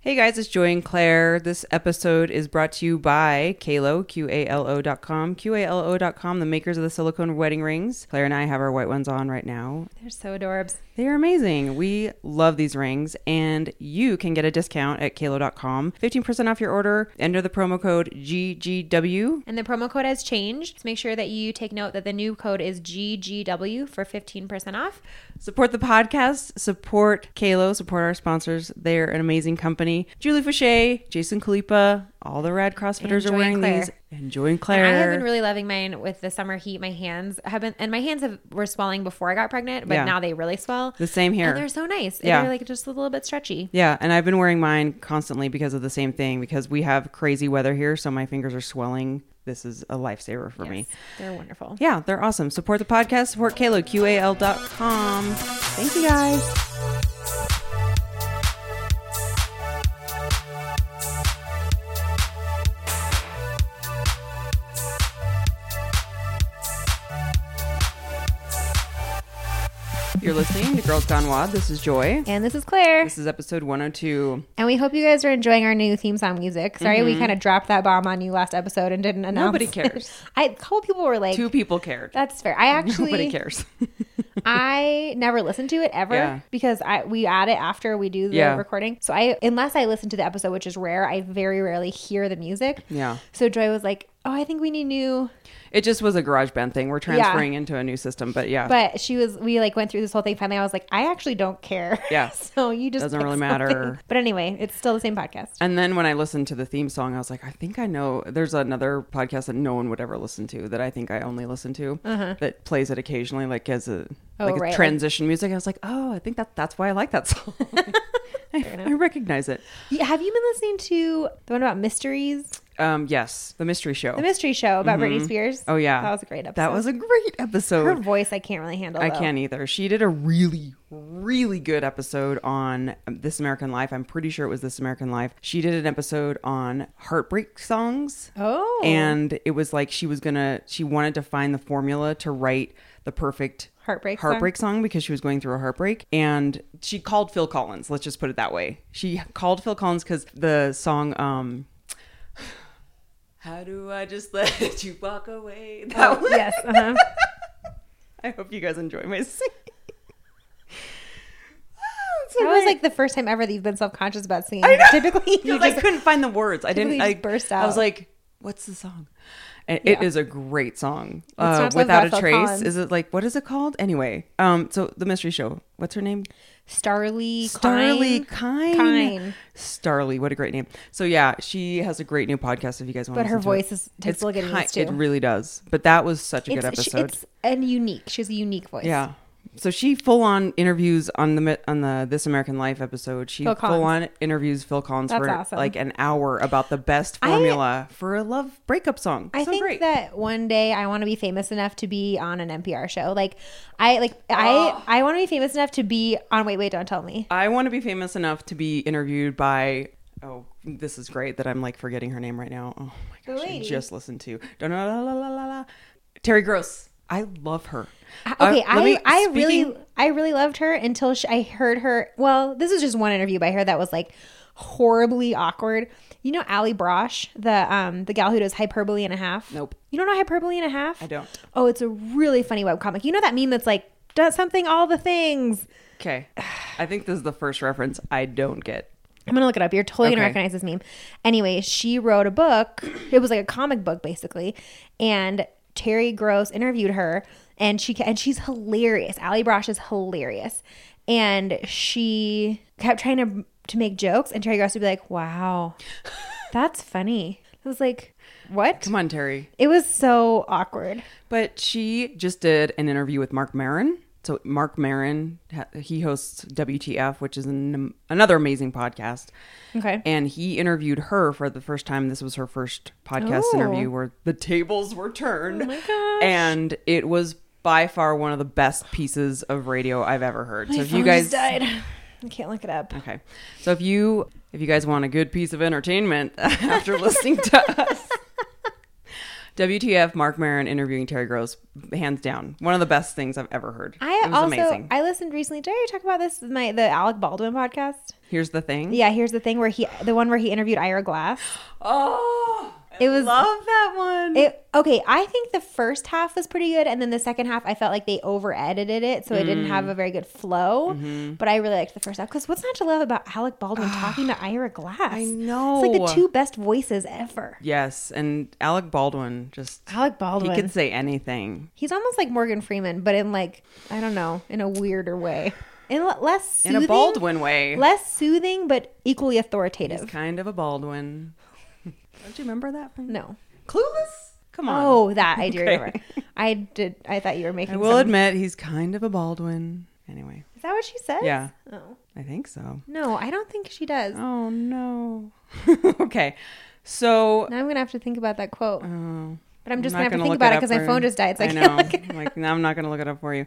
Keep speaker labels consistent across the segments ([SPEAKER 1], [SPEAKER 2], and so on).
[SPEAKER 1] Hey guys, it's Joy and Claire. This episode is brought to you by Kalo, Q-A-L-O dot com, Q-A-L-O dot com, the makers of the silicone wedding rings. Claire and I have our white ones on right now.
[SPEAKER 2] They're so adorbs.
[SPEAKER 1] They are amazing. We love these rings, and you can get a discount at Kalo.com. 15% off your order. Enter the promo code GGW.
[SPEAKER 2] And the promo code has changed. So make sure that you take note that the new code is GGW for 15% off.
[SPEAKER 1] Support the podcast, support Kalo, support our sponsors. They're an amazing company. Julie Fouché, Jason Kalipa, all the rad CrossFitters are
[SPEAKER 2] Joy and
[SPEAKER 1] wearing
[SPEAKER 2] Claire.
[SPEAKER 1] these. And Joy and
[SPEAKER 2] And
[SPEAKER 1] Claire.
[SPEAKER 2] I have been really loving mine with the summer heat. My hands have been, and my hands have, were swelling before I got pregnant, but
[SPEAKER 1] Yeah.
[SPEAKER 2] now they really swell.
[SPEAKER 1] the same here.
[SPEAKER 2] And they're so nice.
[SPEAKER 1] Yeah.
[SPEAKER 2] And they're like just a little bit stretchy.
[SPEAKER 1] Yeah, and I've been wearing mine constantly because of the same thing because we have crazy weather here, so my fingers are swelling. This is a lifesaver for me.
[SPEAKER 2] Yes, They're wonderful.
[SPEAKER 1] Yeah, they're awesome. Support the podcast, support Kalo, QAL.com. Thank you guys. You're listening to Girls Gone Wild. This is Joy.
[SPEAKER 2] And this is Claire.
[SPEAKER 1] This is episode 102.
[SPEAKER 2] And we hope you guys are enjoying our new theme song music. Sorry, we kind of dropped that bomb on you last episode and didn't announce.
[SPEAKER 1] Mm-hmm. Nobody cares.
[SPEAKER 2] I, a couple people were like,
[SPEAKER 1] Two people cared.
[SPEAKER 2] that's fair. I actually.
[SPEAKER 1] Nobody cares.
[SPEAKER 2] I never listen to it ever
[SPEAKER 1] Yeah.
[SPEAKER 2] because I we add it after we do the
[SPEAKER 1] Yeah.
[SPEAKER 2] recording. So I unless I listen to the episode, which is rare, I very rarely hear the music.
[SPEAKER 1] Yeah.
[SPEAKER 2] So Joy was like, "Oh, I think we need new."
[SPEAKER 1] It just was a garage band thing. We're transferring into a new system, but yeah.
[SPEAKER 2] But she was we like went through this whole thing. Finally, I was like, "I actually don't care."
[SPEAKER 1] Yeah.
[SPEAKER 2] so you just
[SPEAKER 1] Doesn't
[SPEAKER 2] pick
[SPEAKER 1] really matter.
[SPEAKER 2] something. But anyway, it's still the same podcast.
[SPEAKER 1] and then when I listened to the theme song, I was like, I think I know. There's another podcast that no one would ever listen to that I think I only listen to that plays it occasionally, like as a
[SPEAKER 2] Uh-huh. Oh,
[SPEAKER 1] like a
[SPEAKER 2] right, like-
[SPEAKER 1] transition music. I was like, oh, I think that that's why I like that song. I, I recognize it.
[SPEAKER 2] Yeah, Have you been listening to the one about mysteries,
[SPEAKER 1] Um, yes, the mystery show.
[SPEAKER 2] the mystery show about Britney Spears?
[SPEAKER 1] oh yeah,
[SPEAKER 2] that was a great episode.
[SPEAKER 1] That was a great episode.
[SPEAKER 2] her voice. I can't really handle.
[SPEAKER 1] I
[SPEAKER 2] though.
[SPEAKER 1] can't either. She did a really, really good episode on This American Life. I'm pretty sure it was This American Life. She did an episode on heartbreak songs.
[SPEAKER 2] Oh,
[SPEAKER 1] And it was like she was gonna, she wanted to find the formula to write the perfect
[SPEAKER 2] Heartbreak song?
[SPEAKER 1] heartbreak song because she was going through a heartbreak. And she called Phil Collins. Let's just put it that way. She called Phil Collins because the song, um, how do I just let you walk away? That
[SPEAKER 2] Oh, yes. Uh-huh.
[SPEAKER 1] I hope you guys enjoy my singing.
[SPEAKER 2] That was like the first time ever that you've been self conscious about singing.
[SPEAKER 1] I know.
[SPEAKER 2] Typically, you
[SPEAKER 1] Because I
[SPEAKER 2] just,
[SPEAKER 1] couldn't find the words. I didn't.
[SPEAKER 2] typically
[SPEAKER 1] I
[SPEAKER 2] just burst
[SPEAKER 1] I was
[SPEAKER 2] out.
[SPEAKER 1] like, "What's the song?" And it
[SPEAKER 2] Yeah.
[SPEAKER 1] is a great song.
[SPEAKER 2] not
[SPEAKER 1] Uh,
[SPEAKER 2] Love
[SPEAKER 1] Without
[SPEAKER 2] by
[SPEAKER 1] a
[SPEAKER 2] Phil
[SPEAKER 1] trace.
[SPEAKER 2] Collins.
[SPEAKER 1] Is it like what is it called? Anyway, um, so the mystery show. What's her name?
[SPEAKER 2] Starly,
[SPEAKER 1] Starly Kine.
[SPEAKER 2] Kine. Kine.
[SPEAKER 1] Starly, what a great name. So yeah, she has a great new podcast. If you guys want,
[SPEAKER 2] But her voice
[SPEAKER 1] is
[SPEAKER 2] is typical getting used to.
[SPEAKER 1] It really does. But that was such a good
[SPEAKER 2] It's- she-
[SPEAKER 1] episode.
[SPEAKER 2] It's and unique. She has a unique voice.
[SPEAKER 1] Yeah. So she full on interviews on the mi- on the This American Life episode. She
[SPEAKER 2] Phil Collins.
[SPEAKER 1] full on interviews Phil Collins
[SPEAKER 2] That's
[SPEAKER 1] for
[SPEAKER 2] awesome.
[SPEAKER 1] like an hour about the best
[SPEAKER 2] I-
[SPEAKER 1] formula for a love breakup song.
[SPEAKER 2] I
[SPEAKER 1] so
[SPEAKER 2] think
[SPEAKER 1] great.
[SPEAKER 2] that one day I want to be famous enough to be on an NPR show. Like I like I I want to be famous enough to be on Wait Wait Don't Tell Me.
[SPEAKER 1] I want to be famous enough to be interviewed by. Oh, this is great that I'm like forgetting her name right now. Oh my gosh, I
[SPEAKER 2] lady.
[SPEAKER 1] just listened to da- da- da- da- da- da- da. Terry Gross. I love her. Uh,
[SPEAKER 2] Okay,
[SPEAKER 1] let
[SPEAKER 2] I
[SPEAKER 1] me-
[SPEAKER 2] I
[SPEAKER 1] speaking-
[SPEAKER 2] really I really loved her until she, I heard her. Well, this is just one interview by her that was like horribly awkward. You know, Ali Brosh, the um the gal who does hyperbole and a half.
[SPEAKER 1] Nope.
[SPEAKER 2] You don't know hyperbole and a half?
[SPEAKER 1] I don't.
[SPEAKER 2] Oh, it's a really funny webcomic. You know that meme that's like does something all the things.
[SPEAKER 1] Okay, I think this is the first reference I don't get.
[SPEAKER 2] I'm gonna look it up. You're totally gonna
[SPEAKER 1] Okay.
[SPEAKER 2] recognize this meme. Anyway, she wrote a book. It was like a comic book basically, and Terry Gross interviewed her, and she and she's hilarious. Ali Brosh is hilarious, and she kept trying to to make jokes, and Terry Gross would be like, "Wow, that's funny." I was like, "What?"
[SPEAKER 1] Come on, Terry.
[SPEAKER 2] It was so awkward.
[SPEAKER 1] But she just did an interview with Mark Marin. So Mark Marin, ha- he hosts WTF, which is an, another amazing podcast.
[SPEAKER 2] Okay.
[SPEAKER 1] And he interviewed her for the first time. This was her first podcast
[SPEAKER 2] Oh.
[SPEAKER 1] interview where the tables were turned. Oh
[SPEAKER 2] my gosh.
[SPEAKER 1] And it was by far one of the best pieces of radio I've ever heard. so
[SPEAKER 2] My
[SPEAKER 1] if you
[SPEAKER 2] phone
[SPEAKER 1] guys Mm,
[SPEAKER 2] just died, I can't look it up.
[SPEAKER 1] Okay. So if you if you guys want a good piece of entertainment after listening to us, WTF Mark Maron interviewing Terry Gross, hands down, one of the best things I've ever heard.
[SPEAKER 2] I
[SPEAKER 1] it was
[SPEAKER 2] also
[SPEAKER 1] amazing.
[SPEAKER 2] I listened recently. Did I already talk about this? My the Alec Baldwin podcast.
[SPEAKER 1] Here's the thing.
[SPEAKER 2] Yeah, here's the thing where he, the one where he interviewed Ira Glass.
[SPEAKER 1] Oh, I
[SPEAKER 2] It was-
[SPEAKER 1] love that one.
[SPEAKER 2] It, okay, I think the first half was pretty good, and then the second half I felt like they over edited it, so it didn't
[SPEAKER 1] Mm.
[SPEAKER 2] have a very good flow.
[SPEAKER 1] Mm-hmm.
[SPEAKER 2] But I really liked the first half because what's not to love about Alec Baldwin talking to Ira Glass? I
[SPEAKER 1] know.
[SPEAKER 2] it's like the two best voices ever.
[SPEAKER 1] yes, and Alec Baldwin just
[SPEAKER 2] Alec Baldwin,
[SPEAKER 1] he can say anything.
[SPEAKER 2] he's almost like Morgan Freeman, but in like I don't know, in a weirder way, in l- less
[SPEAKER 1] In
[SPEAKER 2] soothing,
[SPEAKER 1] a Baldwin way.
[SPEAKER 2] less soothing, but equally authoritative.
[SPEAKER 1] He's kind of a Baldwin. Don't you remember that from
[SPEAKER 2] no,
[SPEAKER 1] Clueless? Come on.
[SPEAKER 2] oh, that I do
[SPEAKER 1] Okay.
[SPEAKER 2] remember. I did. I thought you were making.
[SPEAKER 1] I will
[SPEAKER 2] some-
[SPEAKER 1] admit he's kind of a Baldwin. Anyway,
[SPEAKER 2] Is that what she says?
[SPEAKER 1] Yeah.
[SPEAKER 2] Oh.
[SPEAKER 1] I think so.
[SPEAKER 2] No, I don't think she does.
[SPEAKER 1] Oh no. okay. So
[SPEAKER 2] Now I'm gonna have to think about that quote.
[SPEAKER 1] oh,
[SPEAKER 2] But I'm just
[SPEAKER 1] not
[SPEAKER 2] gonna have to
[SPEAKER 1] gonna
[SPEAKER 2] think
[SPEAKER 1] look
[SPEAKER 2] about it
[SPEAKER 1] up
[SPEAKER 2] because my
[SPEAKER 1] for-
[SPEAKER 2] phone just died. So I,
[SPEAKER 1] I
[SPEAKER 2] can't
[SPEAKER 1] know.
[SPEAKER 2] look it
[SPEAKER 1] I'm like now I'm not gonna look it up for you.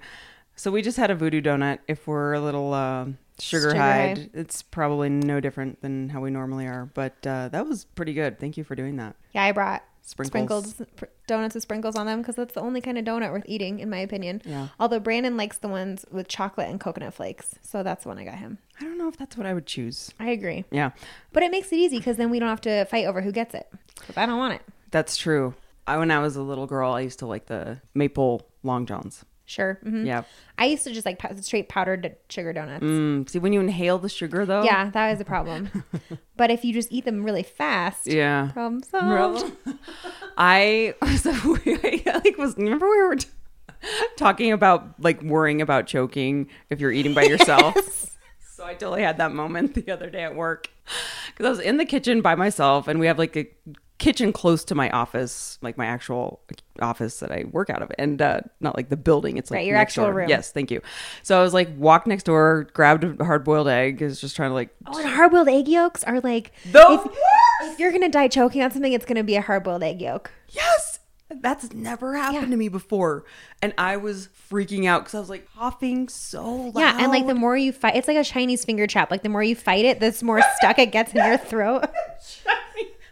[SPEAKER 1] So we just had a voodoo donut. If we're a little uh, sugar,
[SPEAKER 2] Sugar high.
[SPEAKER 1] hide, it's probably no different than how we normally are. But uh, that was pretty good. Thank you for doing that.
[SPEAKER 2] Yeah, I brought
[SPEAKER 1] Sprinkles.
[SPEAKER 2] sprinkles, pr- donuts with sprinkles on them because that's the only kind of donut worth eating, in my opinion.
[SPEAKER 1] Yeah.
[SPEAKER 2] Although Brandon likes the ones with chocolate and coconut flakes, so that's the one I got him.
[SPEAKER 1] I don't know if that's what I would choose.
[SPEAKER 2] I agree,
[SPEAKER 1] Yeah,
[SPEAKER 2] but it makes it easy because then we don't have to fight over who gets it. 'Cause I don't want it.
[SPEAKER 1] that's true. I, when I was a little girl, I used to like the maple long johns.
[SPEAKER 2] Sure. hmm
[SPEAKER 1] Yeah.
[SPEAKER 2] I used to just like pow- straight powdered d- sugar donuts.
[SPEAKER 1] Mm, see, when you inhale the sugar, though.
[SPEAKER 2] Yeah, that was a problem. but if you just eat them really fast,
[SPEAKER 1] Yeah.
[SPEAKER 2] problem solved. Oh,
[SPEAKER 1] I so we, I like was remember we were t- talking about like worrying about choking if you're eating by yourself. So I totally had that moment the other day at work because I was in the kitchen by myself, and we have like a kitchen close to my office, like my actual office that I work out of, and uh, not like the building. It's like
[SPEAKER 2] Right, your
[SPEAKER 1] next
[SPEAKER 2] actual
[SPEAKER 1] door.
[SPEAKER 2] room.
[SPEAKER 1] Yes, thank you. So I was like walked next door, grabbed a hard boiled egg, is just trying to like
[SPEAKER 2] Oh, and hard boiled egg yolks are like
[SPEAKER 1] The
[SPEAKER 2] if, if you're gonna die choking on something, it's gonna be a hard boiled egg yolk.
[SPEAKER 1] yes that's never happened
[SPEAKER 2] Yeah.
[SPEAKER 1] to me before and i was freaking out because i was like coughing so loud
[SPEAKER 2] Yeah, and like the more you fight, it's like a Chinese finger chop. Like the more you fight it, the more stuck it gets in your throat.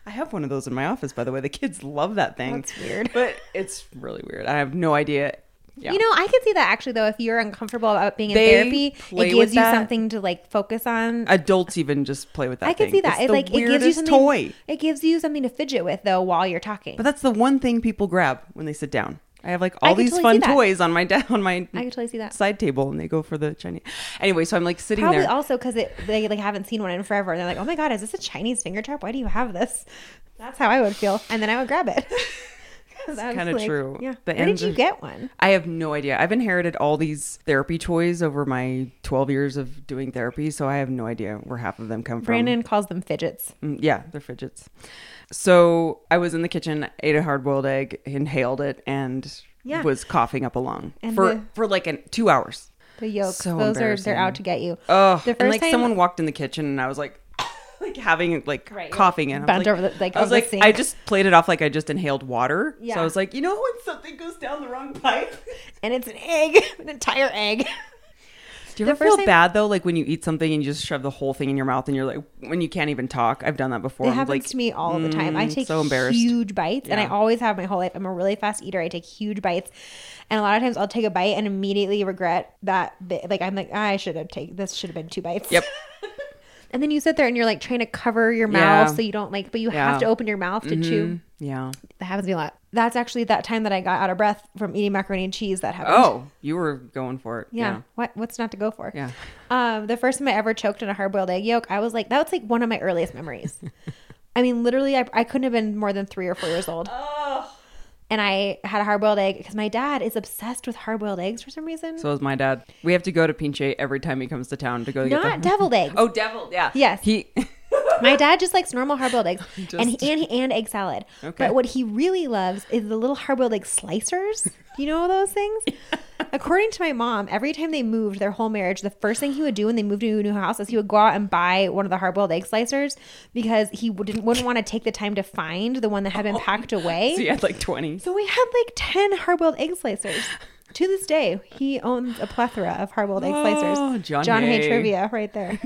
[SPEAKER 1] i have one of those in my office by the way the kids love that thing
[SPEAKER 2] That's weird.
[SPEAKER 1] but it's really weird i have no idea yeah
[SPEAKER 2] You know, I can see that actually though. If you're uncomfortable about being in
[SPEAKER 1] They
[SPEAKER 2] therapy,
[SPEAKER 1] play
[SPEAKER 2] it
[SPEAKER 1] with
[SPEAKER 2] gives you
[SPEAKER 1] that.
[SPEAKER 2] something to like focus on.
[SPEAKER 1] adults even just play with that
[SPEAKER 2] I can
[SPEAKER 1] thing.
[SPEAKER 2] see that.
[SPEAKER 1] It's
[SPEAKER 2] It
[SPEAKER 1] the
[SPEAKER 2] like it gives you
[SPEAKER 1] weirdest
[SPEAKER 2] something.
[SPEAKER 1] toy
[SPEAKER 2] It gives you something to fidget with though while you're talking.
[SPEAKER 1] but that's the one thing people grab when they sit down i have like all
[SPEAKER 2] could
[SPEAKER 1] these
[SPEAKER 2] totally
[SPEAKER 1] fun
[SPEAKER 2] see that.
[SPEAKER 1] toys on my da- on my
[SPEAKER 2] I can totally see that.
[SPEAKER 1] side table and they go for the chinese anyway so i'm like sitting
[SPEAKER 2] Probably
[SPEAKER 1] there
[SPEAKER 2] also because it they like haven't seen one in forever. And they're like, oh my god, is this a Chinese finger trap? Why do you have this? That's how I would feel, and then I would grab it. That's
[SPEAKER 1] kinda true.
[SPEAKER 2] Yeah.
[SPEAKER 1] The
[SPEAKER 2] Where did
[SPEAKER 1] ends
[SPEAKER 2] you
[SPEAKER 1] are-
[SPEAKER 2] get one?
[SPEAKER 1] I have no idea. I've inherited all these therapy toys over my 12 years of doing therapy, so I have no idea where half of them come
[SPEAKER 2] Brandon calls them fidgets.
[SPEAKER 1] from. Mm, Yeah, they're fidgets. So I was in the kitchen, ate a hard boiled egg, inhaled it, and
[SPEAKER 2] Yeah.
[SPEAKER 1] was coughing up a lung
[SPEAKER 2] And
[SPEAKER 1] for,
[SPEAKER 2] the-
[SPEAKER 1] for like an, two hours.
[SPEAKER 2] The yolks.
[SPEAKER 1] So
[SPEAKER 2] those are
[SPEAKER 1] embarrassing.
[SPEAKER 2] they're out to get you.
[SPEAKER 1] Oh,
[SPEAKER 2] the first
[SPEAKER 1] and like
[SPEAKER 2] time,
[SPEAKER 1] someone walked in the kitchen, and I was like, like having like
[SPEAKER 2] Right,
[SPEAKER 1] coughing, and I was
[SPEAKER 2] bent
[SPEAKER 1] like,
[SPEAKER 2] over the- like,
[SPEAKER 1] I was
[SPEAKER 2] over the
[SPEAKER 1] like,
[SPEAKER 2] sink.
[SPEAKER 1] I just played it off like I just inhaled water. So
[SPEAKER 2] Yeah.
[SPEAKER 1] I was like, you know when something goes down the wrong pipe.
[SPEAKER 2] and it's an egg, an entire egg.
[SPEAKER 1] Do you ever
[SPEAKER 2] first
[SPEAKER 1] feel
[SPEAKER 2] time-
[SPEAKER 1] bad though, like when you eat something and you just shove the whole thing in your mouth and you're like, when you can't even talk? I've done that before.
[SPEAKER 2] It
[SPEAKER 1] I'm
[SPEAKER 2] happens
[SPEAKER 1] like,
[SPEAKER 2] to me all the time. I
[SPEAKER 1] mm,
[SPEAKER 2] take
[SPEAKER 1] so embarrassed.
[SPEAKER 2] huge bites, and I
[SPEAKER 1] Yeah.
[SPEAKER 2] always have my whole life. I'm a really fast eater. I take huge bites, and a lot of times I'll take a bite and immediately regret that. Bit. Like I'm like, "Ah, I should have taken this. Should have been two bites.
[SPEAKER 1] Yep.
[SPEAKER 2] And then you sit there and you're like trying to cover your
[SPEAKER 1] Yeah.
[SPEAKER 2] mouth so you don't like, but you
[SPEAKER 1] Yeah. Mm-hmm.
[SPEAKER 2] have to open your mouth to chew.
[SPEAKER 1] yeah.
[SPEAKER 2] That happens to me a lot. That's actually that time that I got out of breath from eating macaroni and cheese. That happened.
[SPEAKER 1] Oh, you were going for it.
[SPEAKER 2] Yeah. What what's not to go for?
[SPEAKER 1] Yeah.
[SPEAKER 2] Um, the first time I ever choked on a hard boiled egg yolk, I was like, that was like one of my earliest memories. I mean, literally, I, I couldn't have been more than three or four years old. And I had a hard boiled egg because my dad is obsessed with hard boiled eggs for some reason.
[SPEAKER 1] So is my dad. We have to go to Pinche every time he comes to town to go
[SPEAKER 2] Not
[SPEAKER 1] get the.
[SPEAKER 2] deviled eggs.
[SPEAKER 1] Oh, devil. Yeah.
[SPEAKER 2] Yes.
[SPEAKER 1] He.
[SPEAKER 2] My dad just likes normal hard boiled eggs and,
[SPEAKER 1] Just-
[SPEAKER 2] he, and, and egg salad.
[SPEAKER 1] Okay.
[SPEAKER 2] But what he really loves is the little hard boiled egg slicers. Do you know those things? According to my mom, every time they moved their whole marriage, the first thing he would do when they moved to a new house is he would go out and buy one of the hard boiled egg slicers because he wouldn't, wouldn't want to take the time to find the one that had been packed away.
[SPEAKER 1] Oh, So he had like 20.
[SPEAKER 2] So we had like 10 hard boiled egg slicers. to this day, he owns a plethora of hard boiled egg slicers.
[SPEAKER 1] Oh, John Hay.
[SPEAKER 2] Hay trivia right there.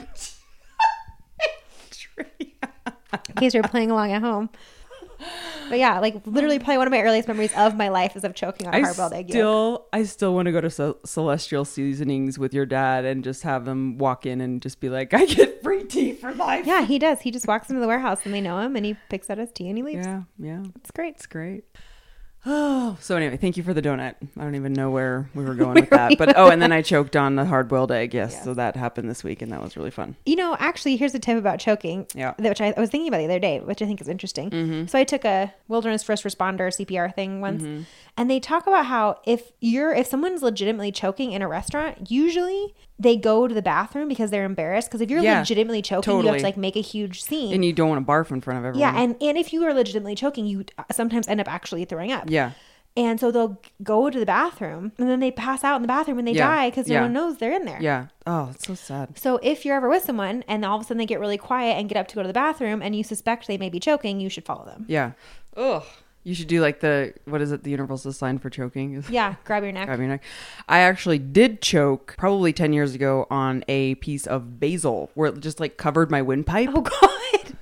[SPEAKER 2] in case you're playing along at home. But yeah, like literally probably one of my earliest memories of my life is of choking on a
[SPEAKER 1] I
[SPEAKER 2] hard-boiled egg yolk.
[SPEAKER 1] still, I still want to go to Cel- Celestial Seasonings with your dad and just have him walk in and just be like, "I get free tea for life."
[SPEAKER 2] Yeah, he does. He just walks into the warehouse and they know him and he picks out his tea and he leaves.
[SPEAKER 1] yeah, yeah.
[SPEAKER 2] It's great.
[SPEAKER 1] It's great. Oh, so anyway, thank you for the donut. I don't even know where we were going with
[SPEAKER 2] Where we
[SPEAKER 1] that, but oh, and then I choked on the hard-boiled egg. Yes, so that happened this week, and that was really fun.
[SPEAKER 2] You know, actually, here's a tip about choking,
[SPEAKER 1] Yeah. Mm-hmm.
[SPEAKER 2] that- which I, I was thinking about the other day, which I think is interesting. So I took a wilderness first responder CPR thing once, and they talk about how if you're if someone's legitimately choking in a restaurant, usually they go to the bathroom because they're embarrassed. Because if you're
[SPEAKER 1] Yeah,
[SPEAKER 2] legitimately choking, you have
[SPEAKER 1] totally.
[SPEAKER 2] to like make a huge scene.
[SPEAKER 1] And you don't want to barf in front of everyone.
[SPEAKER 2] yeah, and and if you are legitimately choking, you uh, sometimes end up actually throwing up.
[SPEAKER 1] yeah,
[SPEAKER 2] And so they'll go to the bathroom and then they pass out in the bathroom and they
[SPEAKER 1] Yeah.
[SPEAKER 2] die because no
[SPEAKER 1] Yeah.
[SPEAKER 2] one knows they're in there.
[SPEAKER 1] yeah. Oh, it's so sad.
[SPEAKER 2] So if you're ever with someone and all of a sudden they get really quiet and get up to go to the bathroom and you suspect they may be choking, you should follow them.
[SPEAKER 1] Yeah. Ugh. You should do like the what is it? The universal sign for choking.
[SPEAKER 2] Yeah, grab your neck.
[SPEAKER 1] I mean, I, I actually did choke probably 10 years ago on a piece of basil where it just like covered my windpipe.
[SPEAKER 2] Oh god.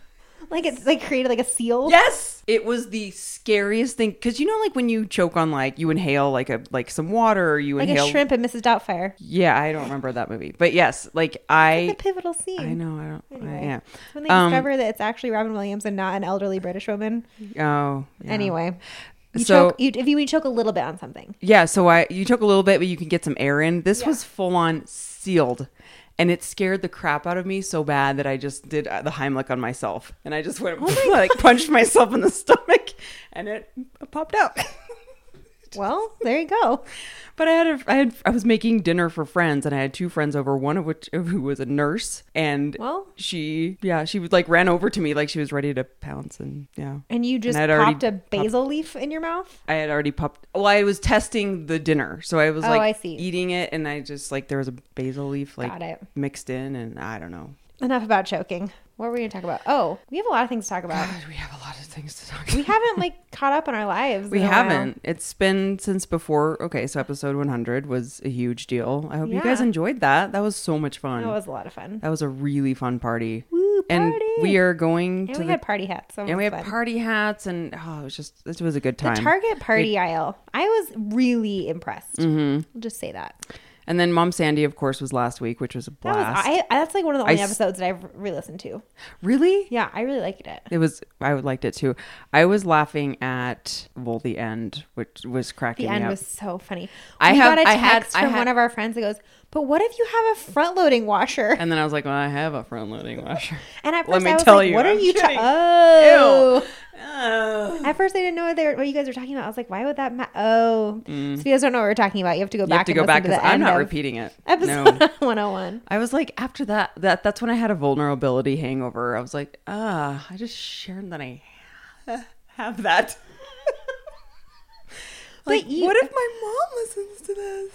[SPEAKER 2] like it's like created like a seal.
[SPEAKER 1] Yes, it was the scariest thing because you know, like when you choke on like you inhale like a like some water, or you
[SPEAKER 2] Like
[SPEAKER 1] inhale.
[SPEAKER 2] a shrimp and Mrs. Doubtfire.
[SPEAKER 1] Yeah, I don't remember that movie, but yes, like I,
[SPEAKER 2] The pivotal scene.
[SPEAKER 1] I know, I don't,
[SPEAKER 2] Anyway,
[SPEAKER 1] I,
[SPEAKER 2] it's When they
[SPEAKER 1] Um,
[SPEAKER 2] discover that it's actually Robin Williams and not an elderly British woman.
[SPEAKER 1] yeah. Oh, yeah.
[SPEAKER 2] Anyway. You
[SPEAKER 1] So-
[SPEAKER 2] choke you, if you, you choke a little bit on something.
[SPEAKER 1] Yeah, so I you took a little bit, but you can get some air in. This was full on sealed, and it scared the crap out of me so bad that I just did uh, the Heimlich on myself, and I just went
[SPEAKER 2] Oh
[SPEAKER 1] like punched myself in the stomach, and it popped out.
[SPEAKER 2] Well, there you go.
[SPEAKER 1] but I had a, I had I was making dinner for friends, and I had two friends over, one of which who was a nurse, and
[SPEAKER 2] Well.
[SPEAKER 1] she yeah she was like ran over to me like she was ready to pounce, and yeah.
[SPEAKER 2] And you just
[SPEAKER 1] I'd already
[SPEAKER 2] popped a basil leaf in your mouth?
[SPEAKER 1] I had already popped. Well, I was testing the dinner, so I was
[SPEAKER 2] Oh,
[SPEAKER 1] like
[SPEAKER 2] I see.
[SPEAKER 1] eating it, and I just like there was a basil leaf like
[SPEAKER 2] Got it.
[SPEAKER 1] mixed in, and I don't know.
[SPEAKER 2] Enough about choking. What were we going to talk about? Oh, we have a lot of things to talk about.
[SPEAKER 1] God, we have a lot of things to talk.
[SPEAKER 2] We
[SPEAKER 1] about.
[SPEAKER 2] haven't like caught up on our lives.
[SPEAKER 1] We
[SPEAKER 2] in a while.
[SPEAKER 1] haven't. It's been since before. Okay, so episode 100 was a huge deal. I hope you guys
[SPEAKER 2] Yeah.
[SPEAKER 1] enjoyed that. That was so much fun.
[SPEAKER 2] That was a lot of fun.
[SPEAKER 1] that was a really fun party.
[SPEAKER 2] Woo,
[SPEAKER 1] And
[SPEAKER 2] party!
[SPEAKER 1] we are going
[SPEAKER 2] and
[SPEAKER 1] to
[SPEAKER 2] we
[SPEAKER 1] the,
[SPEAKER 2] had party hats. So
[SPEAKER 1] and we had
[SPEAKER 2] fun.
[SPEAKER 1] party hats, and oh, it was just it was a good
[SPEAKER 2] the
[SPEAKER 1] time.
[SPEAKER 2] Target party aisle. I was really impressed.
[SPEAKER 1] Mm-hmm.
[SPEAKER 2] I'll just say that.
[SPEAKER 1] and then Mom Sandy, of course, was last week, which was a
[SPEAKER 2] That
[SPEAKER 1] blast.
[SPEAKER 2] was I, I- That's like one of the only
[SPEAKER 1] I s-
[SPEAKER 2] episodes that I've re-listened to.
[SPEAKER 1] really?
[SPEAKER 2] Yeah, I really liked it.
[SPEAKER 1] It was I would liked it too. I was laughing at well the end, which was cracking
[SPEAKER 2] The
[SPEAKER 1] me
[SPEAKER 2] end
[SPEAKER 1] up.
[SPEAKER 2] was so funny.
[SPEAKER 1] I
[SPEAKER 2] we
[SPEAKER 1] have-
[SPEAKER 2] got a
[SPEAKER 1] I had-
[SPEAKER 2] text
[SPEAKER 1] I
[SPEAKER 2] from
[SPEAKER 1] had-
[SPEAKER 2] one of our friends that goes, "But what if you have a front-loading washer?"
[SPEAKER 1] and then I was like, well, I have a front loading washer.
[SPEAKER 2] And at
[SPEAKER 1] Uh,
[SPEAKER 2] first
[SPEAKER 1] Let me
[SPEAKER 2] I was
[SPEAKER 1] tell
[SPEAKER 2] like,
[SPEAKER 1] you,
[SPEAKER 2] "What are
[SPEAKER 1] I'm
[SPEAKER 2] you?" Ta-
[SPEAKER 1] kidding.
[SPEAKER 2] oh.
[SPEAKER 1] Oh.
[SPEAKER 2] At first, I didn't know what, they were, what you guys were talking about. I was like, why would that matter? Oh, so if you guys don't know what we're talking about, you have to go
[SPEAKER 1] Mm. You
[SPEAKER 2] back
[SPEAKER 1] have to
[SPEAKER 2] and
[SPEAKER 1] go
[SPEAKER 2] listen
[SPEAKER 1] back
[SPEAKER 2] to
[SPEAKER 1] because
[SPEAKER 2] the
[SPEAKER 1] I'm
[SPEAKER 2] end
[SPEAKER 1] not
[SPEAKER 2] of
[SPEAKER 1] repeating it.
[SPEAKER 2] Episode
[SPEAKER 1] No.
[SPEAKER 2] 101.
[SPEAKER 1] I was like, after that, that that's when I had a vulnerability hangover. I was like, ah, I just shared that I have that.
[SPEAKER 2] But
[SPEAKER 1] Like,
[SPEAKER 2] you-
[SPEAKER 1] what if my mom listens to this?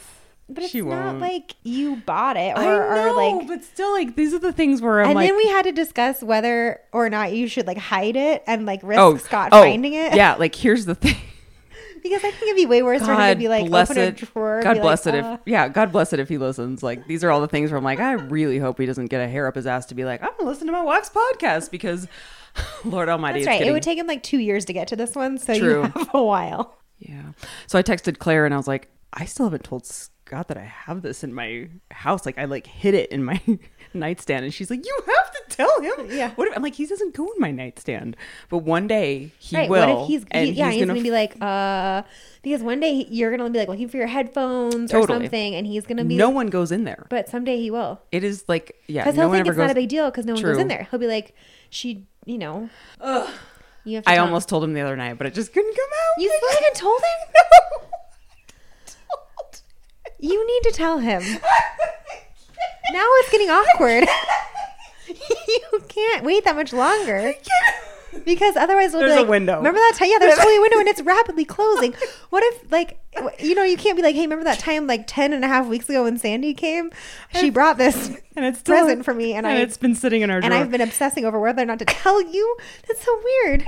[SPEAKER 2] But it's
[SPEAKER 1] She
[SPEAKER 2] not
[SPEAKER 1] won't.
[SPEAKER 2] like you bought it or
[SPEAKER 1] I know,
[SPEAKER 2] are like.
[SPEAKER 1] but still, like these are the things where I'm
[SPEAKER 2] And
[SPEAKER 1] like,
[SPEAKER 2] then we had to discuss whether or not you should like hide it and like risk Scott
[SPEAKER 1] oh,
[SPEAKER 2] finding it.
[SPEAKER 1] Yeah, like here's the thing.
[SPEAKER 2] because I think it'd be way worse for him to
[SPEAKER 1] God
[SPEAKER 2] be like
[SPEAKER 1] bless
[SPEAKER 2] open a
[SPEAKER 1] it.
[SPEAKER 2] drawer. and
[SPEAKER 1] God
[SPEAKER 2] be
[SPEAKER 1] bless
[SPEAKER 2] like,
[SPEAKER 1] it
[SPEAKER 2] uh,
[SPEAKER 1] if yeah, God bless it if he listens. Like these are all the things where I'm like, I really hope he doesn't get a hair up his ass to be like, I'm gonna listen to my wife's podcast because Lord Almighty,
[SPEAKER 2] That's
[SPEAKER 1] it's
[SPEAKER 2] right. It
[SPEAKER 1] getting-
[SPEAKER 2] would take him like two years to get to this one, so you
[SPEAKER 1] True.
[SPEAKER 2] have a while.
[SPEAKER 1] yeah. So I texted Claire and I was like, I still haven't told Scott that I have this in my house. Like I like hid it in my nightstand, and she's like, you have to tell him.
[SPEAKER 2] Yeah.
[SPEAKER 1] What if, I'm like, he doesn't go in my nightstand, but one day he
[SPEAKER 2] right.
[SPEAKER 1] will.
[SPEAKER 2] What if he's,
[SPEAKER 1] and
[SPEAKER 2] he, yeah, he's, gonna,
[SPEAKER 1] f-
[SPEAKER 2] be like, uh, because one day he- you're gonna be like looking for your headphones or
[SPEAKER 1] Totally.
[SPEAKER 2] something, and he's gonna be,
[SPEAKER 1] no one goes in there.
[SPEAKER 2] but someday he will,
[SPEAKER 1] It is like yeah,
[SPEAKER 2] because
[SPEAKER 1] no
[SPEAKER 2] he'll
[SPEAKER 1] one
[SPEAKER 2] think
[SPEAKER 1] ever
[SPEAKER 2] it's not
[SPEAKER 1] goes.
[SPEAKER 2] a big deal because no one goes
[SPEAKER 1] True.
[SPEAKER 2] in there. He'll be like, she, you know, you have. To
[SPEAKER 1] I
[SPEAKER 2] tell-
[SPEAKER 1] almost told him the other night, but it just couldn't come out.
[SPEAKER 2] You still haven't told him. You need to tell him. Now it's getting awkward. you can't wait that much longer. Because otherwise, we'll be
[SPEAKER 1] There's a
[SPEAKER 2] like,
[SPEAKER 1] window.
[SPEAKER 2] Remember that time? Yeah, there's totally a window and it's rapidly closing. What if, like, w- you know, you can't be like, hey, remember that time like 10 and a half weeks ago when Sandy came? She brought this
[SPEAKER 1] and it's still,
[SPEAKER 2] present for me and, I,
[SPEAKER 1] it's been sitting in our
[SPEAKER 2] and
[SPEAKER 1] drawer.
[SPEAKER 2] I've been obsessing over whether or not to tell you. That's so weird.